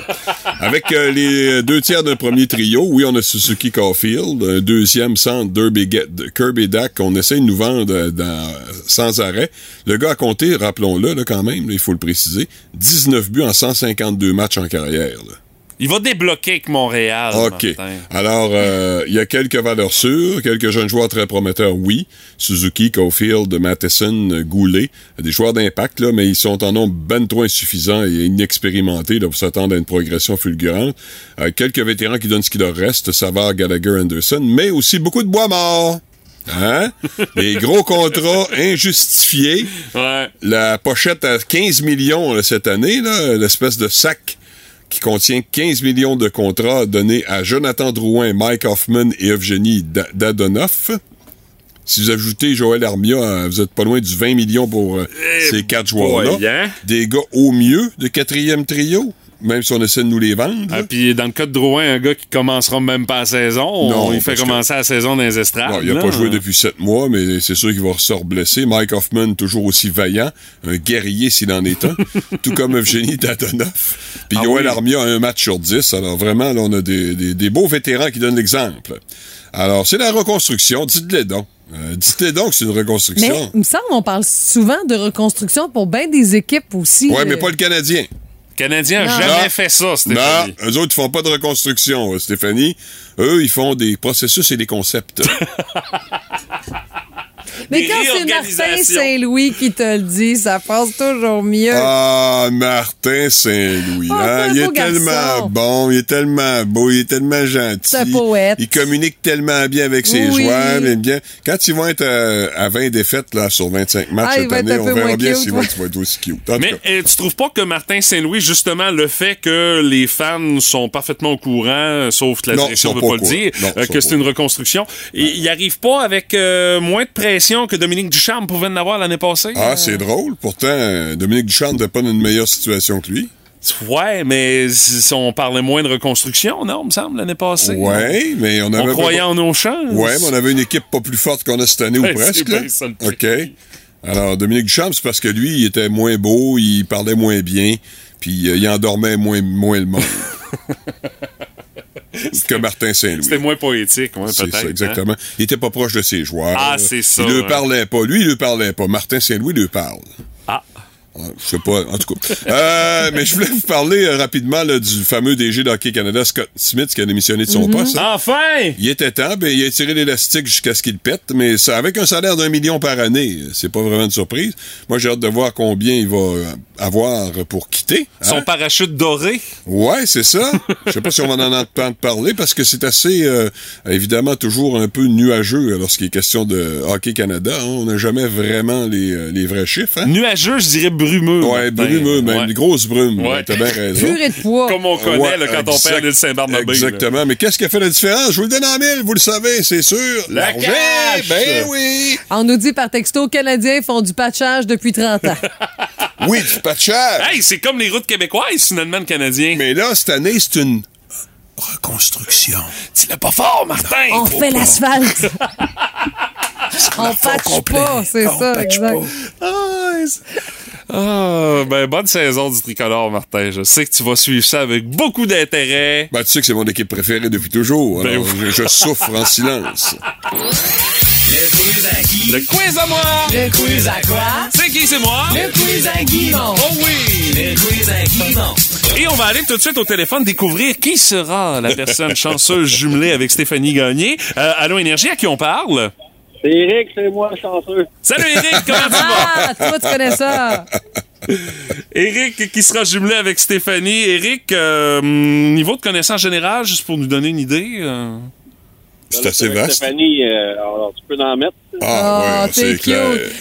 [SPEAKER 11] Avec euh, les deux tiers d'un premier trio, oui, on a Suzuki Caulfield, un deuxième centre Derby Get- Kirby Dak qu'on essaie de nous vendre euh, dans- sans arrêt. Le gars a compté, rappelons-le là, quand même, il faut le préciser, 19 buts en 152 matchs en carrière. là.
[SPEAKER 2] Il va débloquer avec Montréal.
[SPEAKER 11] OK.
[SPEAKER 2] Martin.
[SPEAKER 11] Alors, euh, il y a quelques valeurs sûres, quelques jeunes joueurs très prometteurs, oui. Suzuki, Caulfield, Matheson, euh, Goulet, des joueurs d'impact, là, mais ils sont en nombre ben trop insuffisant et inexpérimenté là, pour s'attendre à une progression fulgurante. Euh, quelques vétérans qui donnent ce qu'il leur reste, Savard, Gallagher, Anderson, mais aussi beaucoup de bois morts. Hein? Des gros contrats injustifiés. La pochette à 15 millions là, cette année, là, l'espèce de sac qui contient 15 millions de contrats donnés à Jonathan Drouin, Mike Hoffman et Evgeny Da- Dadonoff. Si vous ajoutez Joël Armia, euh, vous êtes pas loin du 20 millions pour euh, ces quatre joueurs-là.
[SPEAKER 2] Eh boy, hein?
[SPEAKER 11] Des gars au mieux de quatrième trio, même si on essaie de nous les vendre.
[SPEAKER 2] Ah, puis dans le cas de Drouin, un gars qui commencera même pas la saison,
[SPEAKER 11] Non,
[SPEAKER 2] on il fait
[SPEAKER 11] parce que-
[SPEAKER 2] commencer la saison dans les estrades.
[SPEAKER 11] Bon, il n'a
[SPEAKER 2] là.
[SPEAKER 11] pas joué depuis sept mois, mais c'est sûr qu'il va ressort blessé. Mike Hoffman, toujours aussi vaillant, un guerrier s'il en est un, tout comme Evgeny Dadonov. Puis
[SPEAKER 2] Ah
[SPEAKER 11] Yoel Armia a un match sur dix. Alors vraiment, là, on a des, des- des beaux vétérans qui donnent l'exemple. Alors, c'est la reconstruction. Dites-les donc. Euh, dites-les donc que c'est une
[SPEAKER 1] Mais
[SPEAKER 11] reconstruction.
[SPEAKER 1] il me semble qu'on parle souvent de reconstruction pour bien des équipes aussi.
[SPEAKER 11] Ouais, mais
[SPEAKER 1] Euh,
[SPEAKER 11] pas le Canadien.
[SPEAKER 2] Canadien
[SPEAKER 1] Non.
[SPEAKER 2] a jamais
[SPEAKER 11] Non.
[SPEAKER 2] fait ça,
[SPEAKER 11] Non,
[SPEAKER 2] Stéphanie.
[SPEAKER 11] eux autres, ils font pas de reconstruction, euh, Stéphanie. Eux, ils font des processus et des concepts.
[SPEAKER 1] Mais
[SPEAKER 2] Des
[SPEAKER 1] quand c'est Martin
[SPEAKER 2] réorganisations.
[SPEAKER 1] Saint-Louis qui te le dit, ça passe toujours mieux.
[SPEAKER 11] Ah, Martin Saint-Louis.
[SPEAKER 1] Euh. Oh,
[SPEAKER 11] hein,
[SPEAKER 1] c'est un
[SPEAKER 11] il
[SPEAKER 1] beau
[SPEAKER 11] est
[SPEAKER 1] garçon.
[SPEAKER 11] tellement bon, il est tellement beau, il est tellement gentil.
[SPEAKER 1] C'est un poète.
[SPEAKER 11] Il communique tellement bien avec ses
[SPEAKER 1] Oui.
[SPEAKER 11] joueurs. mais bien. Quand ils vont être euh, à 20 défaites là, sur 25 matchs
[SPEAKER 1] Ah, il
[SPEAKER 11] cette
[SPEAKER 1] va être
[SPEAKER 11] année,
[SPEAKER 1] un
[SPEAKER 11] on
[SPEAKER 1] peu
[SPEAKER 11] verra
[SPEAKER 1] moins
[SPEAKER 11] bien
[SPEAKER 1] cute,
[SPEAKER 11] s'ils vont
[SPEAKER 1] ouais.
[SPEAKER 11] être ils vont être aussi cute. En tout
[SPEAKER 2] Mais
[SPEAKER 11] cas,
[SPEAKER 2] euh, tu trouves pas que Martin Saint-Louis, justement, le fait que les fans sont parfaitement au courant, euh, sauf que la
[SPEAKER 11] Non,
[SPEAKER 2] direction
[SPEAKER 11] ils
[SPEAKER 2] ne
[SPEAKER 11] sont
[SPEAKER 2] veut pas
[SPEAKER 11] pas
[SPEAKER 2] le
[SPEAKER 11] au courant.
[SPEAKER 2] dire,
[SPEAKER 11] Non,
[SPEAKER 2] euh,
[SPEAKER 11] ils sont
[SPEAKER 2] que c'est
[SPEAKER 11] pas
[SPEAKER 2] une reconstruction, et il arrive pas avec euh, moins de pression que Dominique Ducharme pouvait en avoir l'année passée.
[SPEAKER 11] Ah, c'est drôle. Pourtant, euh, Dominique Duchamp n'était pas dans une meilleure situation que lui.
[SPEAKER 2] Ouais, mais si on parlait moins de reconstruction, non, me semble, l'année passée.
[SPEAKER 11] Ouais, mais on avait
[SPEAKER 2] On
[SPEAKER 11] pas-
[SPEAKER 2] croyait en nos chances.
[SPEAKER 11] Ouais, mais on avait une équipe pas plus forte qu'on a cette année
[SPEAKER 2] Ouais,
[SPEAKER 11] ou
[SPEAKER 2] Ben, c'est
[SPEAKER 11] presque.
[SPEAKER 2] bien
[SPEAKER 11] là.
[SPEAKER 2] ça le truc.
[SPEAKER 11] OK. Alors, Dominique Duchamp, c'est parce que lui, il était moins beau, il parlait moins bien, puis euh, il endormait moins, moins le monde. que Martin Saint-Louis.
[SPEAKER 2] C'était moins poétique, ouais,
[SPEAKER 11] C'est
[SPEAKER 2] peut-être.
[SPEAKER 11] ça,
[SPEAKER 2] hein.
[SPEAKER 11] exactement. Il était pas proche de ses joueurs.
[SPEAKER 2] Ah, c'est ça,
[SPEAKER 11] Il ne
[SPEAKER 2] hein.
[SPEAKER 11] parlait pas. Lui, il ne parlait pas. Martin Saint-Louis lui parle.
[SPEAKER 2] Ah.
[SPEAKER 11] Ouais, Je sais pas, en tout cas. Euh, mais je voulais vous parler euh, rapidement là, du fameux DG d'Hockey Canada, Scott Smith, qui a démissionné de son
[SPEAKER 2] Mhm.
[SPEAKER 11] poste.
[SPEAKER 2] Enfin!
[SPEAKER 11] Il était temps, ben, il a tiré l'élastique jusqu'à ce qu'il pète, mais ça, avec un salaire d'un million par année, c'est pas vraiment une surprise. Moi, j'ai hâte de voir combien il va euh, avoir pour quitter. hein.
[SPEAKER 2] Son parachute doré.
[SPEAKER 11] Ouais, c'est ça. Je sais pas si on va en entendre parler parce que c'est assez euh, évidemment toujours un peu nuageux euh, lorsqu'il est question de Hockey Canada. hein. On n'a jamais vraiment les, euh, les vrais chiffres.
[SPEAKER 2] Nuageux, je dirais brumeux.
[SPEAKER 11] Ouais,
[SPEAKER 2] Martin.
[SPEAKER 11] brumeux, mais
[SPEAKER 2] ben, Ouais.
[SPEAKER 11] une grosse brume.
[SPEAKER 2] Ouais.
[SPEAKER 11] Ouais, T'as bien raison.
[SPEAKER 1] Purée de poids.
[SPEAKER 2] Comme on connaît
[SPEAKER 11] Ouais,
[SPEAKER 2] là, quand on
[SPEAKER 11] exact-
[SPEAKER 2] perd l'île Saint-Barnabé. là.
[SPEAKER 11] Exactement. Mais qu'est-ce qui a fait la différence? Je vous le donne en mille, vous le savez, c'est sûr. L'argent!
[SPEAKER 1] cash!
[SPEAKER 11] Ben oui!
[SPEAKER 1] On nous dit par texto, Canadiens font du patchage depuis 30 ans.
[SPEAKER 11] Oui, du patchage!
[SPEAKER 2] Hey, c'est comme les routes québécoises, finalement, le Canadien.
[SPEAKER 11] Mais là, cette année, c'est une reconstruction.
[SPEAKER 2] Dis-le pas fort, Martin!
[SPEAKER 1] On
[SPEAKER 2] Faut
[SPEAKER 1] fait
[SPEAKER 2] pas.
[SPEAKER 1] l'asphalte. On patche pas, c'est ça, exact.
[SPEAKER 2] Ah, ben, bonne saison du tricolore, Martin. Je sais que tu vas suivre ça avec beaucoup d'intérêt.
[SPEAKER 11] Ben, tu sais que c'est mon équipe préférée depuis toujours.
[SPEAKER 2] Ben
[SPEAKER 11] alors
[SPEAKER 2] oui.
[SPEAKER 11] je, je souffre en silence.
[SPEAKER 2] Le quiz à moi!
[SPEAKER 12] Le quiz à quoi?
[SPEAKER 2] C'est qui, c'est moi?
[SPEAKER 12] Le quiz à Guimont.
[SPEAKER 2] Oh oui!
[SPEAKER 12] Le quiz à Guimont.
[SPEAKER 2] Et on va aller tout de suite au téléphone découvrir qui sera la personne chanceuse jumelée avec Stéphanie Gagné. Euh, Allô Énergie, à qui on parle?
[SPEAKER 13] C'est Eric, c'est moi, chanceux.
[SPEAKER 2] Salut Eric, comment tu vas?
[SPEAKER 1] Ah, toi, tu connais ça.
[SPEAKER 2] Eric qui sera jumelé avec Stéphanie. Eric, euh, niveau de connaissance générale, juste pour nous donner une idée. euh,
[SPEAKER 11] C'est assez vaste.
[SPEAKER 13] Stéphanie, euh, alors, tu peux en mettre.
[SPEAKER 1] Ah, t'es cute.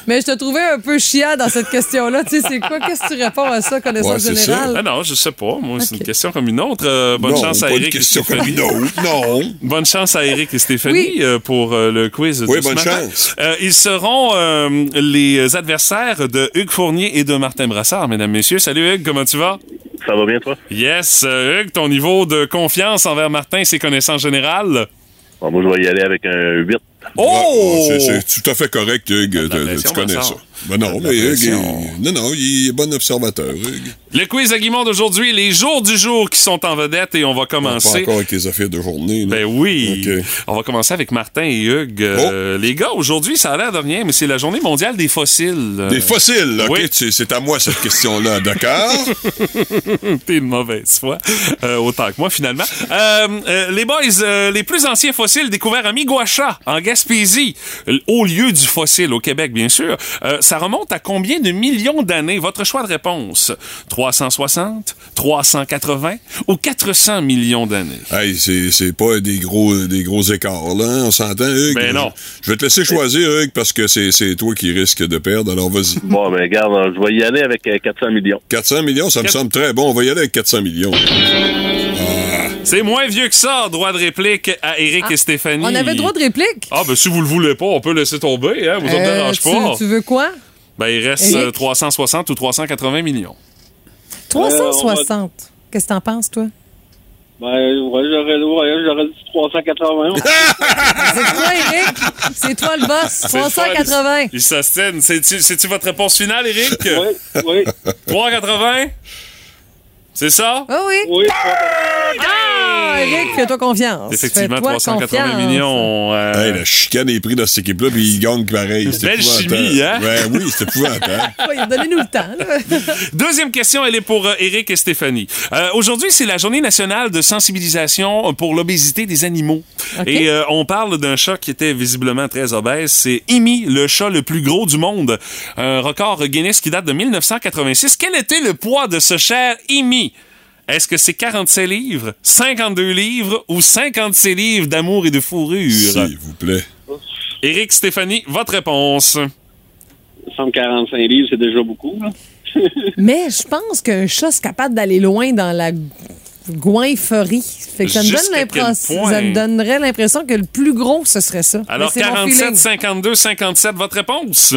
[SPEAKER 1] Mais je te trouvais un peu chiant dans cette question-là. Tu sais, c'est quoi? Qu'est-ce que tu réponds à ça, connaissance
[SPEAKER 2] Ah
[SPEAKER 1] générale?
[SPEAKER 2] non, je sais pas. Moi, c'est une question comme une autre. Euh, bonne
[SPEAKER 11] Non,
[SPEAKER 2] chance à
[SPEAKER 11] pas une
[SPEAKER 2] Eric
[SPEAKER 11] question
[SPEAKER 2] et Stéphanie.
[SPEAKER 11] comme une autre, non.
[SPEAKER 2] Bonne chance à Eric et Stéphanie
[SPEAKER 11] Oui.
[SPEAKER 2] euh, pour euh, le quiz
[SPEAKER 11] Oui,
[SPEAKER 2] de ce
[SPEAKER 11] bonne
[SPEAKER 2] matin.
[SPEAKER 11] chance.
[SPEAKER 2] Euh, ils seront euh, les adversaires de Hugues Fournier et de Martin Brassard, mesdames, messieurs. Salut Hugues, comment tu vas?
[SPEAKER 14] Ça va bien, toi?
[SPEAKER 2] Yes, euh, Hugues, ton niveau de confiance envers Martin et ses connaissances générales?
[SPEAKER 14] Bon, moi, je vais y aller avec un 8.
[SPEAKER 2] Oh!
[SPEAKER 11] Ah, C'est- C'est tout à fait correct, Hugues. Tu-
[SPEAKER 2] pression,
[SPEAKER 11] Tu connais
[SPEAKER 2] Vincent.
[SPEAKER 11] ça. Ben non,
[SPEAKER 2] Pas
[SPEAKER 11] mais
[SPEAKER 2] de
[SPEAKER 11] Hugues,
[SPEAKER 2] pression.
[SPEAKER 11] il- non, non, il est bon observateur, Hugues.
[SPEAKER 2] Le quiz à Guimond d'aujourd'hui, les jours du jour qui sont en vedette et on va
[SPEAKER 11] Pas
[SPEAKER 2] commencer.
[SPEAKER 11] encore avec les affaires de journée. là.
[SPEAKER 2] Ben oui. On va commencer avec Martin et Hugues.
[SPEAKER 11] Oh!
[SPEAKER 2] Euh, Les gars, aujourd'hui, ça a l'air de rien, mais c'est la journée mondiale des fossiles. Euh,
[SPEAKER 11] Des fossiles, OK? tu- C'est à moi cette question-là, d'accord?
[SPEAKER 2] T'es une mauvaise foi. Euh, autant que moi, finalement. Euh, euh, les boys, euh, les plus anciens fossiles découverts à Miguacha, en Gaspésie, l- au lieu du fossile au Québec, bien sûr, euh, ça remonte à combien de millions d'années? Votre choix de réponse. 360, 380 ou 400 millions d'années?
[SPEAKER 11] Hey, c'est c'est pas des gros, des gros écarts, là. hein? On s'entend, Hugues?
[SPEAKER 2] Ben non.
[SPEAKER 11] Je vais te laisser choisir, Hugues, parce que c'est c'est toi qui risques de perdre, alors vas-y.
[SPEAKER 14] Bon, ben, regarde, euh, je vais y aller avec euh, 400 millions.
[SPEAKER 11] 400 millions, ça me semble très bon. On va y aller avec 400 millions.
[SPEAKER 2] C'est moins vieux que ça, droit de réplique à Eric
[SPEAKER 1] Ah,
[SPEAKER 2] et Stéphanie.
[SPEAKER 1] On avait le droit de réplique?
[SPEAKER 2] Ah, ben si vous le voulez pas, on peut laisser tomber, hein? Vous en
[SPEAKER 1] Euh,
[SPEAKER 2] dérange
[SPEAKER 1] tu-
[SPEAKER 2] pas.
[SPEAKER 1] Tu veux quoi?
[SPEAKER 13] Euh,
[SPEAKER 2] Ben, il reste
[SPEAKER 1] Eric?
[SPEAKER 2] euh, 360 ou 380 millions.
[SPEAKER 1] 360. Qu'est-ce que t'en penses, toi?
[SPEAKER 13] Ben, ouais, j'aurais ouais, j'aurais dit 380.
[SPEAKER 1] C'est toi, Eric? C'est toi le boss.
[SPEAKER 2] C'est le fun.
[SPEAKER 1] 380.
[SPEAKER 2] Il s'ostine. C'est-tu c'est-tu votre réponse finale, Eric?
[SPEAKER 13] oui, oui.
[SPEAKER 2] 380? C'est ça?
[SPEAKER 1] Ah oui?
[SPEAKER 13] Oui.
[SPEAKER 1] Ah, Eric, fais-toi confiance.
[SPEAKER 2] Effectivement,
[SPEAKER 1] Fais-toi
[SPEAKER 2] 380
[SPEAKER 1] confiance.
[SPEAKER 2] millions. euh,
[SPEAKER 11] Hey, la chicane est prise dans cette équipe-là, puis il gagne pareil. C'est
[SPEAKER 2] Belle
[SPEAKER 11] épouvantable.
[SPEAKER 2] chimie, hein?
[SPEAKER 11] Ben oui, c'est épouvantable.
[SPEAKER 1] Ouais, Donnez-nous le temps. là.
[SPEAKER 2] Deuxième question, elle est pour euh, Eric et Stéphanie. Euh, Aujourd'hui, c'est la journée nationale de sensibilisation euh, pour l'obésité des animaux. Et euh, on parle d'un chat qui était visiblement très obèse. C'est Imi, le chat le plus gros du monde. Un record Guinness qui date de 1986. Quel était le poids de ce cher Imi? Est-ce que c'est 47 livres, 52 livres ou 56 livres d'amour et de fourrure?
[SPEAKER 11] S'il vous plaît.
[SPEAKER 2] Eric, Stéphanie, votre réponse.
[SPEAKER 13] 145 livres, c'est déjà beaucoup. Là.
[SPEAKER 1] Mais je pense qu'un chat, c'est capable d'aller loin dans la goinferie. Fait que ça me, donne
[SPEAKER 2] Jusqu'à quel
[SPEAKER 1] l'impression-
[SPEAKER 2] point?
[SPEAKER 1] ça me donnerait l'impression que le plus gros, ce serait ça.
[SPEAKER 2] Alors,
[SPEAKER 1] Mais c'est mon
[SPEAKER 2] 47,
[SPEAKER 1] feeling.
[SPEAKER 2] 52, 57, votre réponse?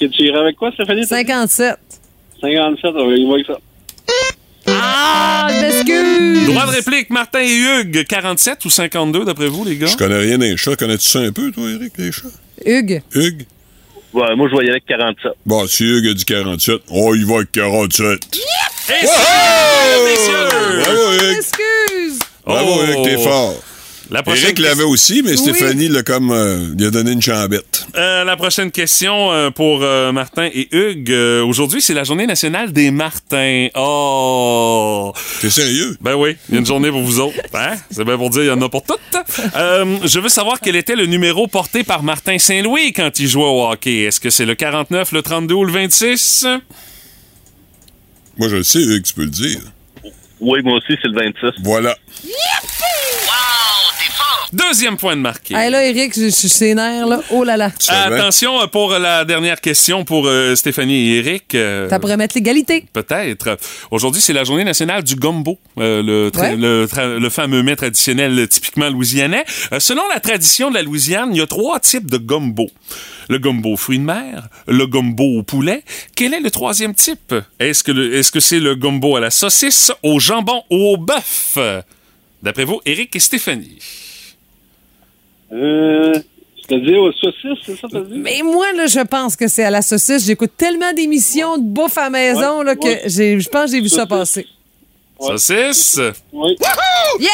[SPEAKER 13] Tu tu irais avec quoi, Stéphanie?
[SPEAKER 1] 57.
[SPEAKER 13] 57, on va y voir avec ça.
[SPEAKER 1] Ah, je m'excuse.
[SPEAKER 2] Droit de réplique, Martin et Hugues. 47 ou 52, d'après vous, les gars?
[SPEAKER 11] Je connais rien des chats. Connais-tu ça un peu, toi, Eric, les chats?
[SPEAKER 1] Hugues.
[SPEAKER 11] Hugues?
[SPEAKER 14] Ouais, moi, je vais y aller avec 47.
[SPEAKER 11] Bon, si Hugues a dit 47, on y va avec 47.
[SPEAKER 2] Et
[SPEAKER 11] Wow!
[SPEAKER 2] c'est- messieurs! Oh.
[SPEAKER 11] Bravo,
[SPEAKER 1] Je
[SPEAKER 11] Hugues!
[SPEAKER 1] m'excuse.
[SPEAKER 11] Bravo, Hugues, t'es fort.
[SPEAKER 2] La prochaine
[SPEAKER 11] Eric l'avait
[SPEAKER 2] question-
[SPEAKER 11] aussi, mais
[SPEAKER 2] Oui.
[SPEAKER 11] Stéphanie l'a comme euh, lui a donné une chambette.
[SPEAKER 2] Euh, la prochaine question euh, pour euh, Martin et Hugues. Euh, Aujourd'hui, c'est la journée nationale des Martins. Oh!
[SPEAKER 11] T'es sérieux?
[SPEAKER 2] Ben oui, il y a une journée pour vous autres. Hein? C'est bien pour dire, il y en a pour toutes. Euh, je veux savoir quel était le numéro porté par Martin Saint-Louis quand il jouait au hockey. Est-ce que c'est le 49, le 32 ou le 26?
[SPEAKER 11] Moi, je le sais, Hugues, tu peux le dire.
[SPEAKER 14] Oui, moi aussi, c'est le 26.
[SPEAKER 11] Voilà.
[SPEAKER 2] Deuxième point de marqué.
[SPEAKER 1] Hey, là, Eric, je je suis sénère, là. Oh là là.
[SPEAKER 2] Attention euh, pour la dernière question pour euh, Stéphanie et Eric. Euh,
[SPEAKER 1] Ça pourrait mettre l'égalité.
[SPEAKER 2] Peut-être. Aujourd'hui, c'est la journée nationale du gombo, euh, le, tra-
[SPEAKER 1] Ouais.
[SPEAKER 2] le, tra- le fameux mets traditionnel typiquement louisianais. Euh, selon la tradition de la Louisiane, il y a trois types de gombo. Le gombo aux fruits de mer, le gombo au poulet. Quel est le troisième type? Est-ce que le- est-ce que c'est le gombo à la saucisse, au jambon ou au bœuf? D'après vous, Eric et Stéphanie.
[SPEAKER 13] Euh, c'est-à-dire aux saucisses, c'est ça, t'as dit?
[SPEAKER 1] Mais moi, là, je pense que c'est à la saucisse. J'écoute tellement d'émissions de bouffe à la maison là, que
[SPEAKER 2] ouais.
[SPEAKER 1] j'ai- je pense que j'ai vu ça passer.
[SPEAKER 2] Saucisse?
[SPEAKER 13] Oui.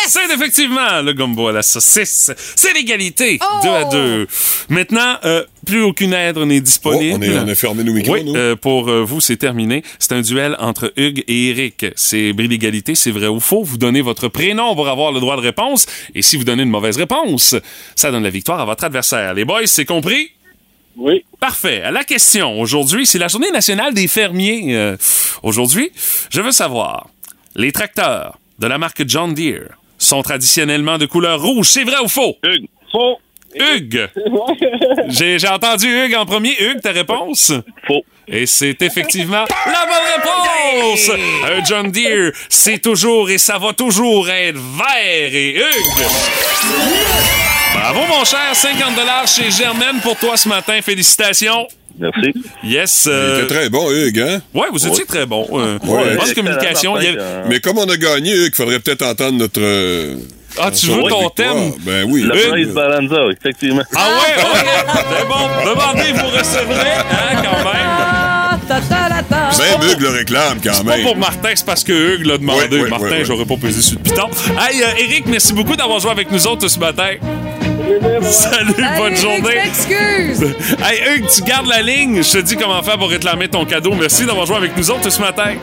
[SPEAKER 2] C'est effectivement le gombo à la saucisse. C'est l'égalité. 2 à 2. Maintenant, euh, plus aucune aide n'est disponible.
[SPEAKER 11] Oh, on est- on a fermé nos micros,
[SPEAKER 2] Oui,
[SPEAKER 11] nous.
[SPEAKER 2] euh, pour euh, vous, c'est terminé. C'est un duel entre Hugues et Eric. C'est bris d'égalité, c'est vrai ou faux. Vous donnez votre prénom pour avoir le droit de réponse. Et si vous donnez une mauvaise réponse, ça donne la victoire à votre adversaire. Les boys, c'est compris?
[SPEAKER 13] Oui.
[SPEAKER 2] Parfait. À la question, aujourd'hui, c'est la journée nationale des fermiers. Euh, aujourd'hui, je veux savoir, les tracteurs de la marque John Deere sont traditionnellement de couleur rouge. C'est vrai ou faux?
[SPEAKER 14] Hugues. Faux.
[SPEAKER 2] Hugues. J'ai j'ai entendu Hugues en premier. Hugues, ta réponse?
[SPEAKER 14] Faux.
[SPEAKER 2] Et c'est effectivement la bonne réponse! Un John Deere, c'est toujours et ça va toujours être vert et Hugues! Bravo, mon cher! 50 chez Germaine pour toi ce matin. Félicitations!
[SPEAKER 14] Merci.
[SPEAKER 2] Yes. euh,
[SPEAKER 11] Il était très bon, Hugues, hein?
[SPEAKER 2] Ouais, vous étiez très bon. Euh,
[SPEAKER 11] Ouais.
[SPEAKER 2] Bonne communication. Il y avait-
[SPEAKER 11] Mais comme on a gagné, Hugues, faudrait peut-être entendre notre. euh,
[SPEAKER 2] Ah, tu
[SPEAKER 11] notre
[SPEAKER 2] veux ton
[SPEAKER 11] victoire.
[SPEAKER 2] thème?
[SPEAKER 11] Ben oui.
[SPEAKER 14] La
[SPEAKER 11] Hugues.
[SPEAKER 14] braise Balanza, effectivement.
[SPEAKER 2] Ah ouais, ok. C'est bon. Demandez, vous recevrez, hein, quand même.
[SPEAKER 1] Ah, ta, ta, la, ta.
[SPEAKER 11] Même Hugues le réclame quand
[SPEAKER 2] C'est pas
[SPEAKER 11] même.
[SPEAKER 2] pour Martin, c'est parce que Hugues l'a demandé.
[SPEAKER 11] Ben, Ouais, ouais,
[SPEAKER 2] Martin,
[SPEAKER 11] ouais, ouais.
[SPEAKER 2] j'aurais pas pesé sur le piton. Hey, euh, Eric, merci beaucoup d'avoir joué avec nous autres ce matin. Salut, bonne
[SPEAKER 1] Eric,
[SPEAKER 2] journée.
[SPEAKER 1] je m'excuse.
[SPEAKER 2] Hey, Hugues, tu gardes la ligne. Je te dis comment faire pour réclamer ton cadeau. Merci d'avoir joué avec nous autres ce matin.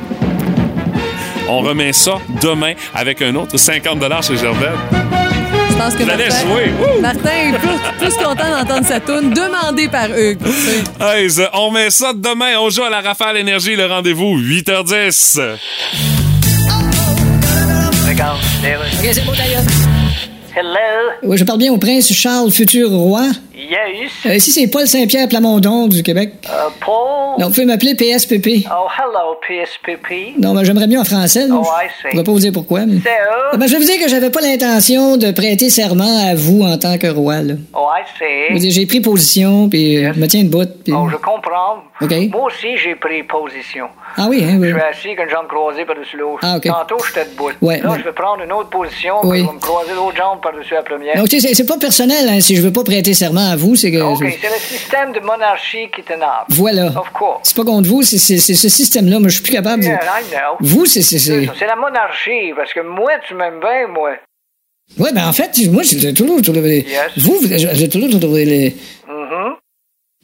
[SPEAKER 2] On remet ça demain avec un autre 50 chez Gervais.
[SPEAKER 1] Je pense que
[SPEAKER 2] Je la laisse
[SPEAKER 1] Martin,
[SPEAKER 2] jouer.
[SPEAKER 1] Martin est plus, plus content d'entendre sa toune demandée par Hugues.
[SPEAKER 2] Hey, ça, on met ça demain. On joue à la Rafale Énergie. Le rendez-vous, 8h10.
[SPEAKER 4] Regarde, Hello,
[SPEAKER 5] Oui, je parle bien au prince Charles, futur roi.
[SPEAKER 4] yes,
[SPEAKER 5] Euh, ici, c'est Paul Saint-Pierre Plamondon du Québec.
[SPEAKER 4] euh, Paul.
[SPEAKER 5] Non, vous pouvez m'appeler PSPP.
[SPEAKER 4] Oh, hello, PSPP.
[SPEAKER 5] Non, mais j'aimerais mieux en français. là.
[SPEAKER 4] Oh, I see.
[SPEAKER 5] Je ne vais pas vous dire pourquoi. mais-
[SPEAKER 4] C'est eux.
[SPEAKER 5] Ah, ben, je vais vous dire que j'avais pas l'intention de prêter serment à vous en tant que roi. là.
[SPEAKER 4] Oh, I
[SPEAKER 5] Je veux dire,
[SPEAKER 4] see.
[SPEAKER 5] J'ai pris position, puis euh, je me tiens debout. puis-
[SPEAKER 4] Oh, je comprends.
[SPEAKER 5] OK.
[SPEAKER 4] Moi aussi, j'ai pris position.
[SPEAKER 5] Ah oui, hein, oui.
[SPEAKER 4] Je suis assis avec une jambe croisée par-dessus l'autre.
[SPEAKER 5] Ah, OK.
[SPEAKER 4] Tantôt, j'étais debout.
[SPEAKER 5] Ouais,
[SPEAKER 4] Là,
[SPEAKER 5] ouais.
[SPEAKER 4] je vais prendre une autre position, puis
[SPEAKER 5] Oui.
[SPEAKER 4] je vais me croiser l'autre jambe par-dessus la première.
[SPEAKER 5] Donc, tu sais, c'est- c'est pas personnel, hein, si je veux pas prêter serment à vous, c'est que...
[SPEAKER 4] OK, c'est le système de monarchie qui t'énerve.
[SPEAKER 5] Voilà.
[SPEAKER 4] Of course.
[SPEAKER 5] C'est pas contre vous, c'est c'est- c'est ce système-là, mais je suis plus capable de...
[SPEAKER 4] Yeah, I know.
[SPEAKER 5] Vous, c'est- c'est...
[SPEAKER 4] C'est
[SPEAKER 5] c'est-
[SPEAKER 4] ça, c'est la monarchie, parce que moi, tu m'aimes bien, moi.
[SPEAKER 5] Ouais, ben en fait, moi, j'ai toujours trouvé...
[SPEAKER 4] Yes.
[SPEAKER 5] Vous, vous- j'ai toujours trouvé... Les...
[SPEAKER 4] Mhm.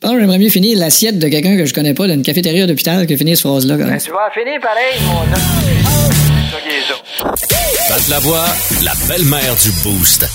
[SPEAKER 5] Je pense que j'aimerais mieux finir l'assiette de quelqu'un que je connais pas d'une cafétéria d'hôpital que finir cette phrase-là. quand même.
[SPEAKER 4] Ben, tu vas finir pareil, mon homme. Ça qui est ça.
[SPEAKER 6] Pat Lavoie, la belle-mère du Boost.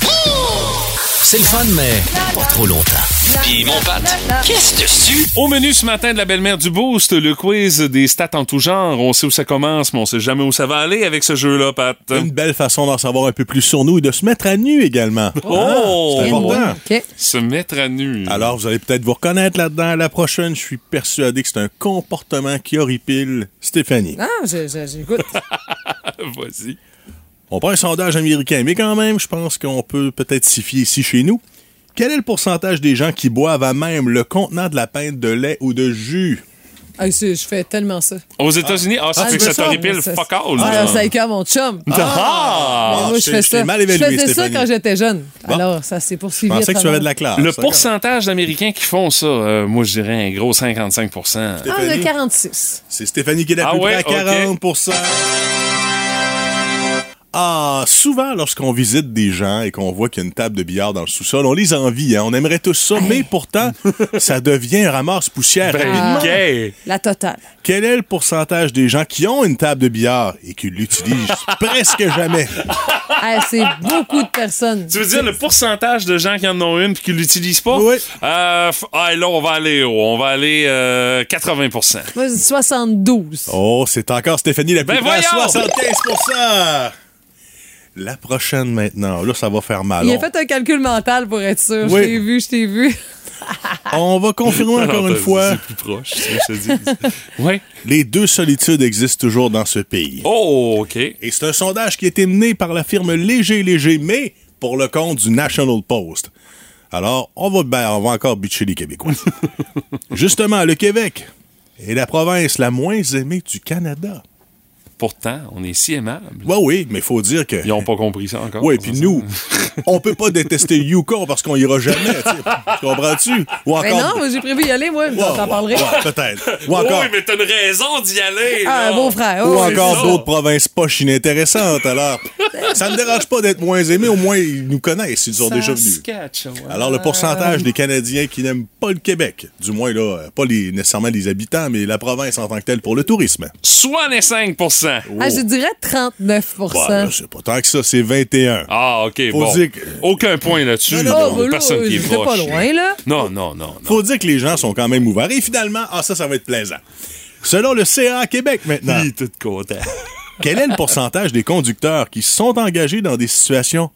[SPEAKER 6] C'est le fun, mais pas trop longtemps.
[SPEAKER 10] Puis mon Pat, qu'est-ce que tu
[SPEAKER 2] Au menu ce matin de la belle-mère du Boost, le quiz des stats en tout genre. On sait où ça commence, mais on sait jamais où ça va aller avec ce jeu-là, Pat.
[SPEAKER 15] Une belle façon d'en savoir un peu plus sur nous et de se mettre à nu également. Ah,
[SPEAKER 2] Oh!
[SPEAKER 15] C'est important.
[SPEAKER 2] Se mettre à nu.
[SPEAKER 15] Alors, vous allez peut-être vous reconnaître là-dedans. La prochaine, je suis persuadé que c'est un comportement qui horripile Stéphanie.
[SPEAKER 1] Ah, je- je- j'écoute.
[SPEAKER 2] Vas-y.
[SPEAKER 15] On prend un sondage américain, mais quand même, je pense qu'on peut peut-être s'y fier ici chez nous. Quel est le pourcentage des gens qui boivent à même le contenant de la pinte de lait ou de jus?
[SPEAKER 1] Hey, c'est- je fais tellement ça.
[SPEAKER 2] Aux États-Unis, ah, ça fait que
[SPEAKER 1] je
[SPEAKER 2] ça
[SPEAKER 1] fais
[SPEAKER 2] t'horripile,
[SPEAKER 1] ça-
[SPEAKER 2] fuck all.
[SPEAKER 1] Ah,
[SPEAKER 2] là.
[SPEAKER 1] ça écoeure mon chum.
[SPEAKER 2] Ah!
[SPEAKER 1] Mais moi, je
[SPEAKER 2] Je-
[SPEAKER 1] fais
[SPEAKER 2] je t'ai
[SPEAKER 1] ça.
[SPEAKER 2] mal évalué,
[SPEAKER 1] je faisais
[SPEAKER 2] Stéphanie.
[SPEAKER 1] ça quand j'étais jeune. Alors, ça s'est poursuivi. à travers-
[SPEAKER 15] Ah,
[SPEAKER 2] Le pourcentage d'Américains qui font ça, euh, moi, je dirais un gros 55
[SPEAKER 1] Ah, on a 46.
[SPEAKER 15] C'est Stéphanie qui est la
[SPEAKER 2] Ah
[SPEAKER 15] plus
[SPEAKER 2] ouais,
[SPEAKER 15] près à 40
[SPEAKER 2] ok.
[SPEAKER 15] Ah, souvent, lorsqu'on visite des gens et qu'on voit qu'il y a une table de billard dans le sous-sol, on les envie, hein, on aimerait tous ça, mais pourtant, ça devient un ramasse-poussière
[SPEAKER 1] Ben,
[SPEAKER 15] rapidement.
[SPEAKER 1] gay. La totale.
[SPEAKER 15] Quel est le pourcentage des gens qui ont une table de billard et qui l'utilisent presque jamais?
[SPEAKER 1] Ah, c'est beaucoup de personnes.
[SPEAKER 2] Tu veux dire le pourcentage de gens qui en ont une puis qui l'utilisent pas? Euh, Oui. là, on va aller haut. On va aller euh, 80
[SPEAKER 1] Moi, je dis 72.
[SPEAKER 15] Oh, c'est encore Stéphanie la plus
[SPEAKER 2] Ben
[SPEAKER 15] proche,
[SPEAKER 2] voyons!
[SPEAKER 15] 75 La prochaine maintenant. Là, ça va faire mal.
[SPEAKER 1] Il a
[SPEAKER 15] On-
[SPEAKER 1] fait un calcul mental pour être sûr.
[SPEAKER 15] Oui.
[SPEAKER 1] Je t'ai vu, je t'ai vu.
[SPEAKER 15] On va confirmer encore une fois.
[SPEAKER 2] C'est plus proche, c'est ce que je te dis. Ouais.
[SPEAKER 15] Les deux solitudes existent toujours dans ce pays.
[SPEAKER 2] Oh, OK.
[SPEAKER 15] Et c'est un sondage qui a été mené par la firme Léger Léger, mais pour le compte du National Post. Alors, on va, ben, on va encore bitcher les Québécois. Justement, le Québec est la province la moins aimée du Canada.
[SPEAKER 2] Pourtant, on est si aimable.
[SPEAKER 15] Ouais, oui, mais il faut dire que... Ils
[SPEAKER 2] n'ont pas compris ça encore.
[SPEAKER 15] Oui, puis nous, on peut pas détester le Yukon parce qu'on ira jamais, tu sais. Tu comprends-tu? Ou
[SPEAKER 1] Mais Ben non, moi, j'ai prévu y aller, moi. mais on T'en parlerai.
[SPEAKER 15] ouais, peut-être. Ou encore,
[SPEAKER 2] Oui, mais t'as une raison d'y aller.
[SPEAKER 1] Ah,
[SPEAKER 2] là.
[SPEAKER 1] mon frère.
[SPEAKER 15] ou
[SPEAKER 1] oh,
[SPEAKER 15] encore
[SPEAKER 1] c'est ça.
[SPEAKER 15] d'autres provinces poches inintéressantes, alors. Ça ne dérange pas d'être moins aimé, au moins ils nous connaissent, ils sont déjà venus.
[SPEAKER 2] Saskatchewan.
[SPEAKER 15] Alors, le pourcentage des Canadiens qui n'aiment pas le Québec, du moins, là, euh, pas les, nécessairement les habitants, mais la province en tant que telle pour le tourisme.
[SPEAKER 2] 65
[SPEAKER 15] Oh.
[SPEAKER 1] Ah, je dirais 39
[SPEAKER 15] Bah, là, c'est pas tant que ça, c'est 21.
[SPEAKER 2] Ah, OK,
[SPEAKER 15] Faut
[SPEAKER 2] bon.
[SPEAKER 15] dire que-
[SPEAKER 2] Aucun point là-dessus.
[SPEAKER 15] Non, non, non.
[SPEAKER 2] Non,
[SPEAKER 1] Oh, bah,
[SPEAKER 2] personne
[SPEAKER 1] là,
[SPEAKER 2] qui est
[SPEAKER 1] j'étais pas
[SPEAKER 2] proche.
[SPEAKER 1] loin, là.
[SPEAKER 2] Non, non, non. non.
[SPEAKER 15] Faut dire que les gens sont quand même ouverts. Et finalement, ah, ça, ça va être plaisant. Selon le CA Québec maintenant.
[SPEAKER 2] est tout content.
[SPEAKER 15] Quel est le pourcentage des conducteurs qui sont engagés dans des situations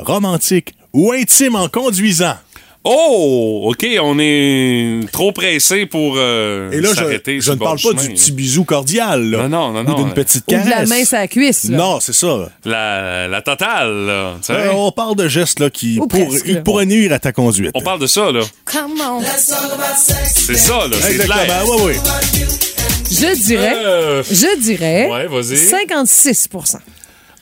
[SPEAKER 15] romantiques ou intimes en conduisant?
[SPEAKER 2] Oh, OK, on est trop pressé pour euh,
[SPEAKER 15] Et là,
[SPEAKER 2] s'arrêter
[SPEAKER 15] je, je
[SPEAKER 2] sur
[SPEAKER 15] ne
[SPEAKER 2] le
[SPEAKER 15] parle
[SPEAKER 2] bord
[SPEAKER 15] pas
[SPEAKER 2] chemin,
[SPEAKER 15] du
[SPEAKER 2] là.
[SPEAKER 15] petit bisou cordial, là,
[SPEAKER 2] Non, non, non,
[SPEAKER 15] ou d'une
[SPEAKER 2] non.
[SPEAKER 15] petite
[SPEAKER 1] Ou de la
[SPEAKER 15] caresse.
[SPEAKER 1] main sur la cuisse. là.
[SPEAKER 15] Non, c'est ça.
[SPEAKER 2] La, la totale, là. tu sais.
[SPEAKER 15] Euh, on parle de gestes là, qui
[SPEAKER 1] Ou
[SPEAKER 15] pour-
[SPEAKER 1] presque, là.
[SPEAKER 15] pourraient nuire à ta conduite.
[SPEAKER 2] On parle de ça, là.
[SPEAKER 1] Come on.
[SPEAKER 2] C'est ça, là. C'est clair.
[SPEAKER 15] Exactement, Ah oui, oui.
[SPEAKER 1] Je dirais,
[SPEAKER 2] Euh,
[SPEAKER 1] je dirais
[SPEAKER 2] Ouais, vas-y.
[SPEAKER 1] 56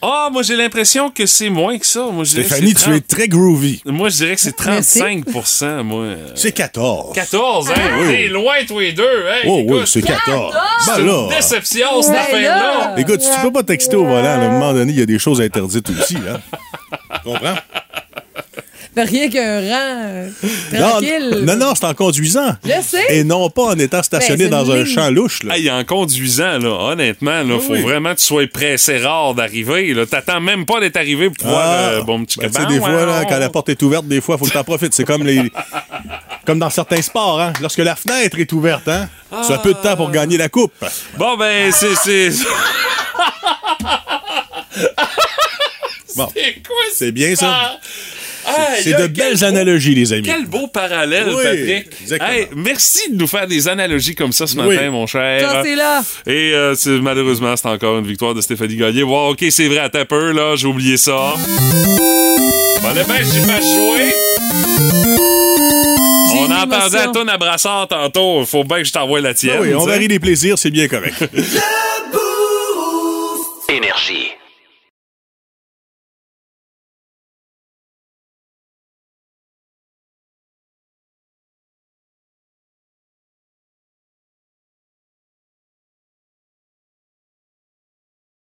[SPEAKER 2] Ah, moi, j'ai l'impression que c'est moins que ça. Moi, je dirais que
[SPEAKER 15] Stéphanie,
[SPEAKER 2] c'est
[SPEAKER 15] tu es très groovy.
[SPEAKER 2] 30. Moi, je dirais que c'est
[SPEAKER 1] Ah, Merci.
[SPEAKER 2] 35 moi. euh,
[SPEAKER 15] C'est 14.
[SPEAKER 2] 14, hein?
[SPEAKER 1] Ah.
[SPEAKER 15] oui.
[SPEAKER 2] T'es loin, tous les deux. Hey,
[SPEAKER 15] Oh oui,
[SPEAKER 2] écoute,
[SPEAKER 15] c'est 14.
[SPEAKER 2] c'est
[SPEAKER 15] Ben
[SPEAKER 2] une
[SPEAKER 15] là,
[SPEAKER 2] déception, cette
[SPEAKER 1] Ouais,
[SPEAKER 2] affaire-là.
[SPEAKER 1] là.
[SPEAKER 15] écoute, si tu peux pas texter au volant, à un moment donné, il y a des choses interdites aussi. Là. Tu comprends?
[SPEAKER 1] Mais rien qu'un rang euh,
[SPEAKER 15] Non,
[SPEAKER 1] tranquille.
[SPEAKER 15] non, non, c'est en conduisant.
[SPEAKER 1] Je sais.
[SPEAKER 15] Et non pas en étant stationné
[SPEAKER 1] Ben, c'est
[SPEAKER 15] dans
[SPEAKER 1] une
[SPEAKER 15] un
[SPEAKER 1] ligne.
[SPEAKER 15] champ louche. Là.
[SPEAKER 2] Hey, en conduisant, là, honnêtement, là, faut
[SPEAKER 15] oui.
[SPEAKER 2] vraiment que tu sois pressé rare d'arriver. là. T'attends même pas d'être arrivé pour voir
[SPEAKER 15] Ah,
[SPEAKER 2] le bon petit
[SPEAKER 15] ben, tu sais,
[SPEAKER 2] caban,
[SPEAKER 15] des fois, là,
[SPEAKER 2] ouais,
[SPEAKER 15] quand la porte est ouverte, des fois, il faut que tu en profites. C'est comme les. Comme dans certains sports, hein. Lorsque la fenêtre est ouverte, hein, tu as peu de temps pour gagner la coupe.
[SPEAKER 2] Bon, ben, c'est. C'est
[SPEAKER 15] Bon,
[SPEAKER 2] c'est quoi
[SPEAKER 15] c'est bien ça.
[SPEAKER 2] Ah. Aïe,
[SPEAKER 15] C'est
[SPEAKER 2] aïe,
[SPEAKER 15] de
[SPEAKER 2] quel
[SPEAKER 15] belles
[SPEAKER 2] beau-
[SPEAKER 15] analogies, les amis.
[SPEAKER 2] Quel beau parallèle,
[SPEAKER 15] Oui,
[SPEAKER 2] Patrick.
[SPEAKER 15] exactement.
[SPEAKER 2] merci de nous faire des analogies comme ça ce matin,
[SPEAKER 15] Oui.
[SPEAKER 2] mon cher.
[SPEAKER 1] Quand c'est là.
[SPEAKER 2] Et euh, c'est- malheureusement, c'est encore une victoire de Stéphanie Gagné. Wow, ok, c'est vrai, à peu, là, j'ai oublié ça. Bon, eh ben, j'ai pas joué. On en
[SPEAKER 1] L'émotion.
[SPEAKER 2] parlait à Toon à Brassard tantôt. Faut bien que je t'envoie la tienne.
[SPEAKER 15] Ah oui, on
[SPEAKER 2] tu sais.
[SPEAKER 15] varie les plaisirs, c'est bien correct.
[SPEAKER 10] Énergie.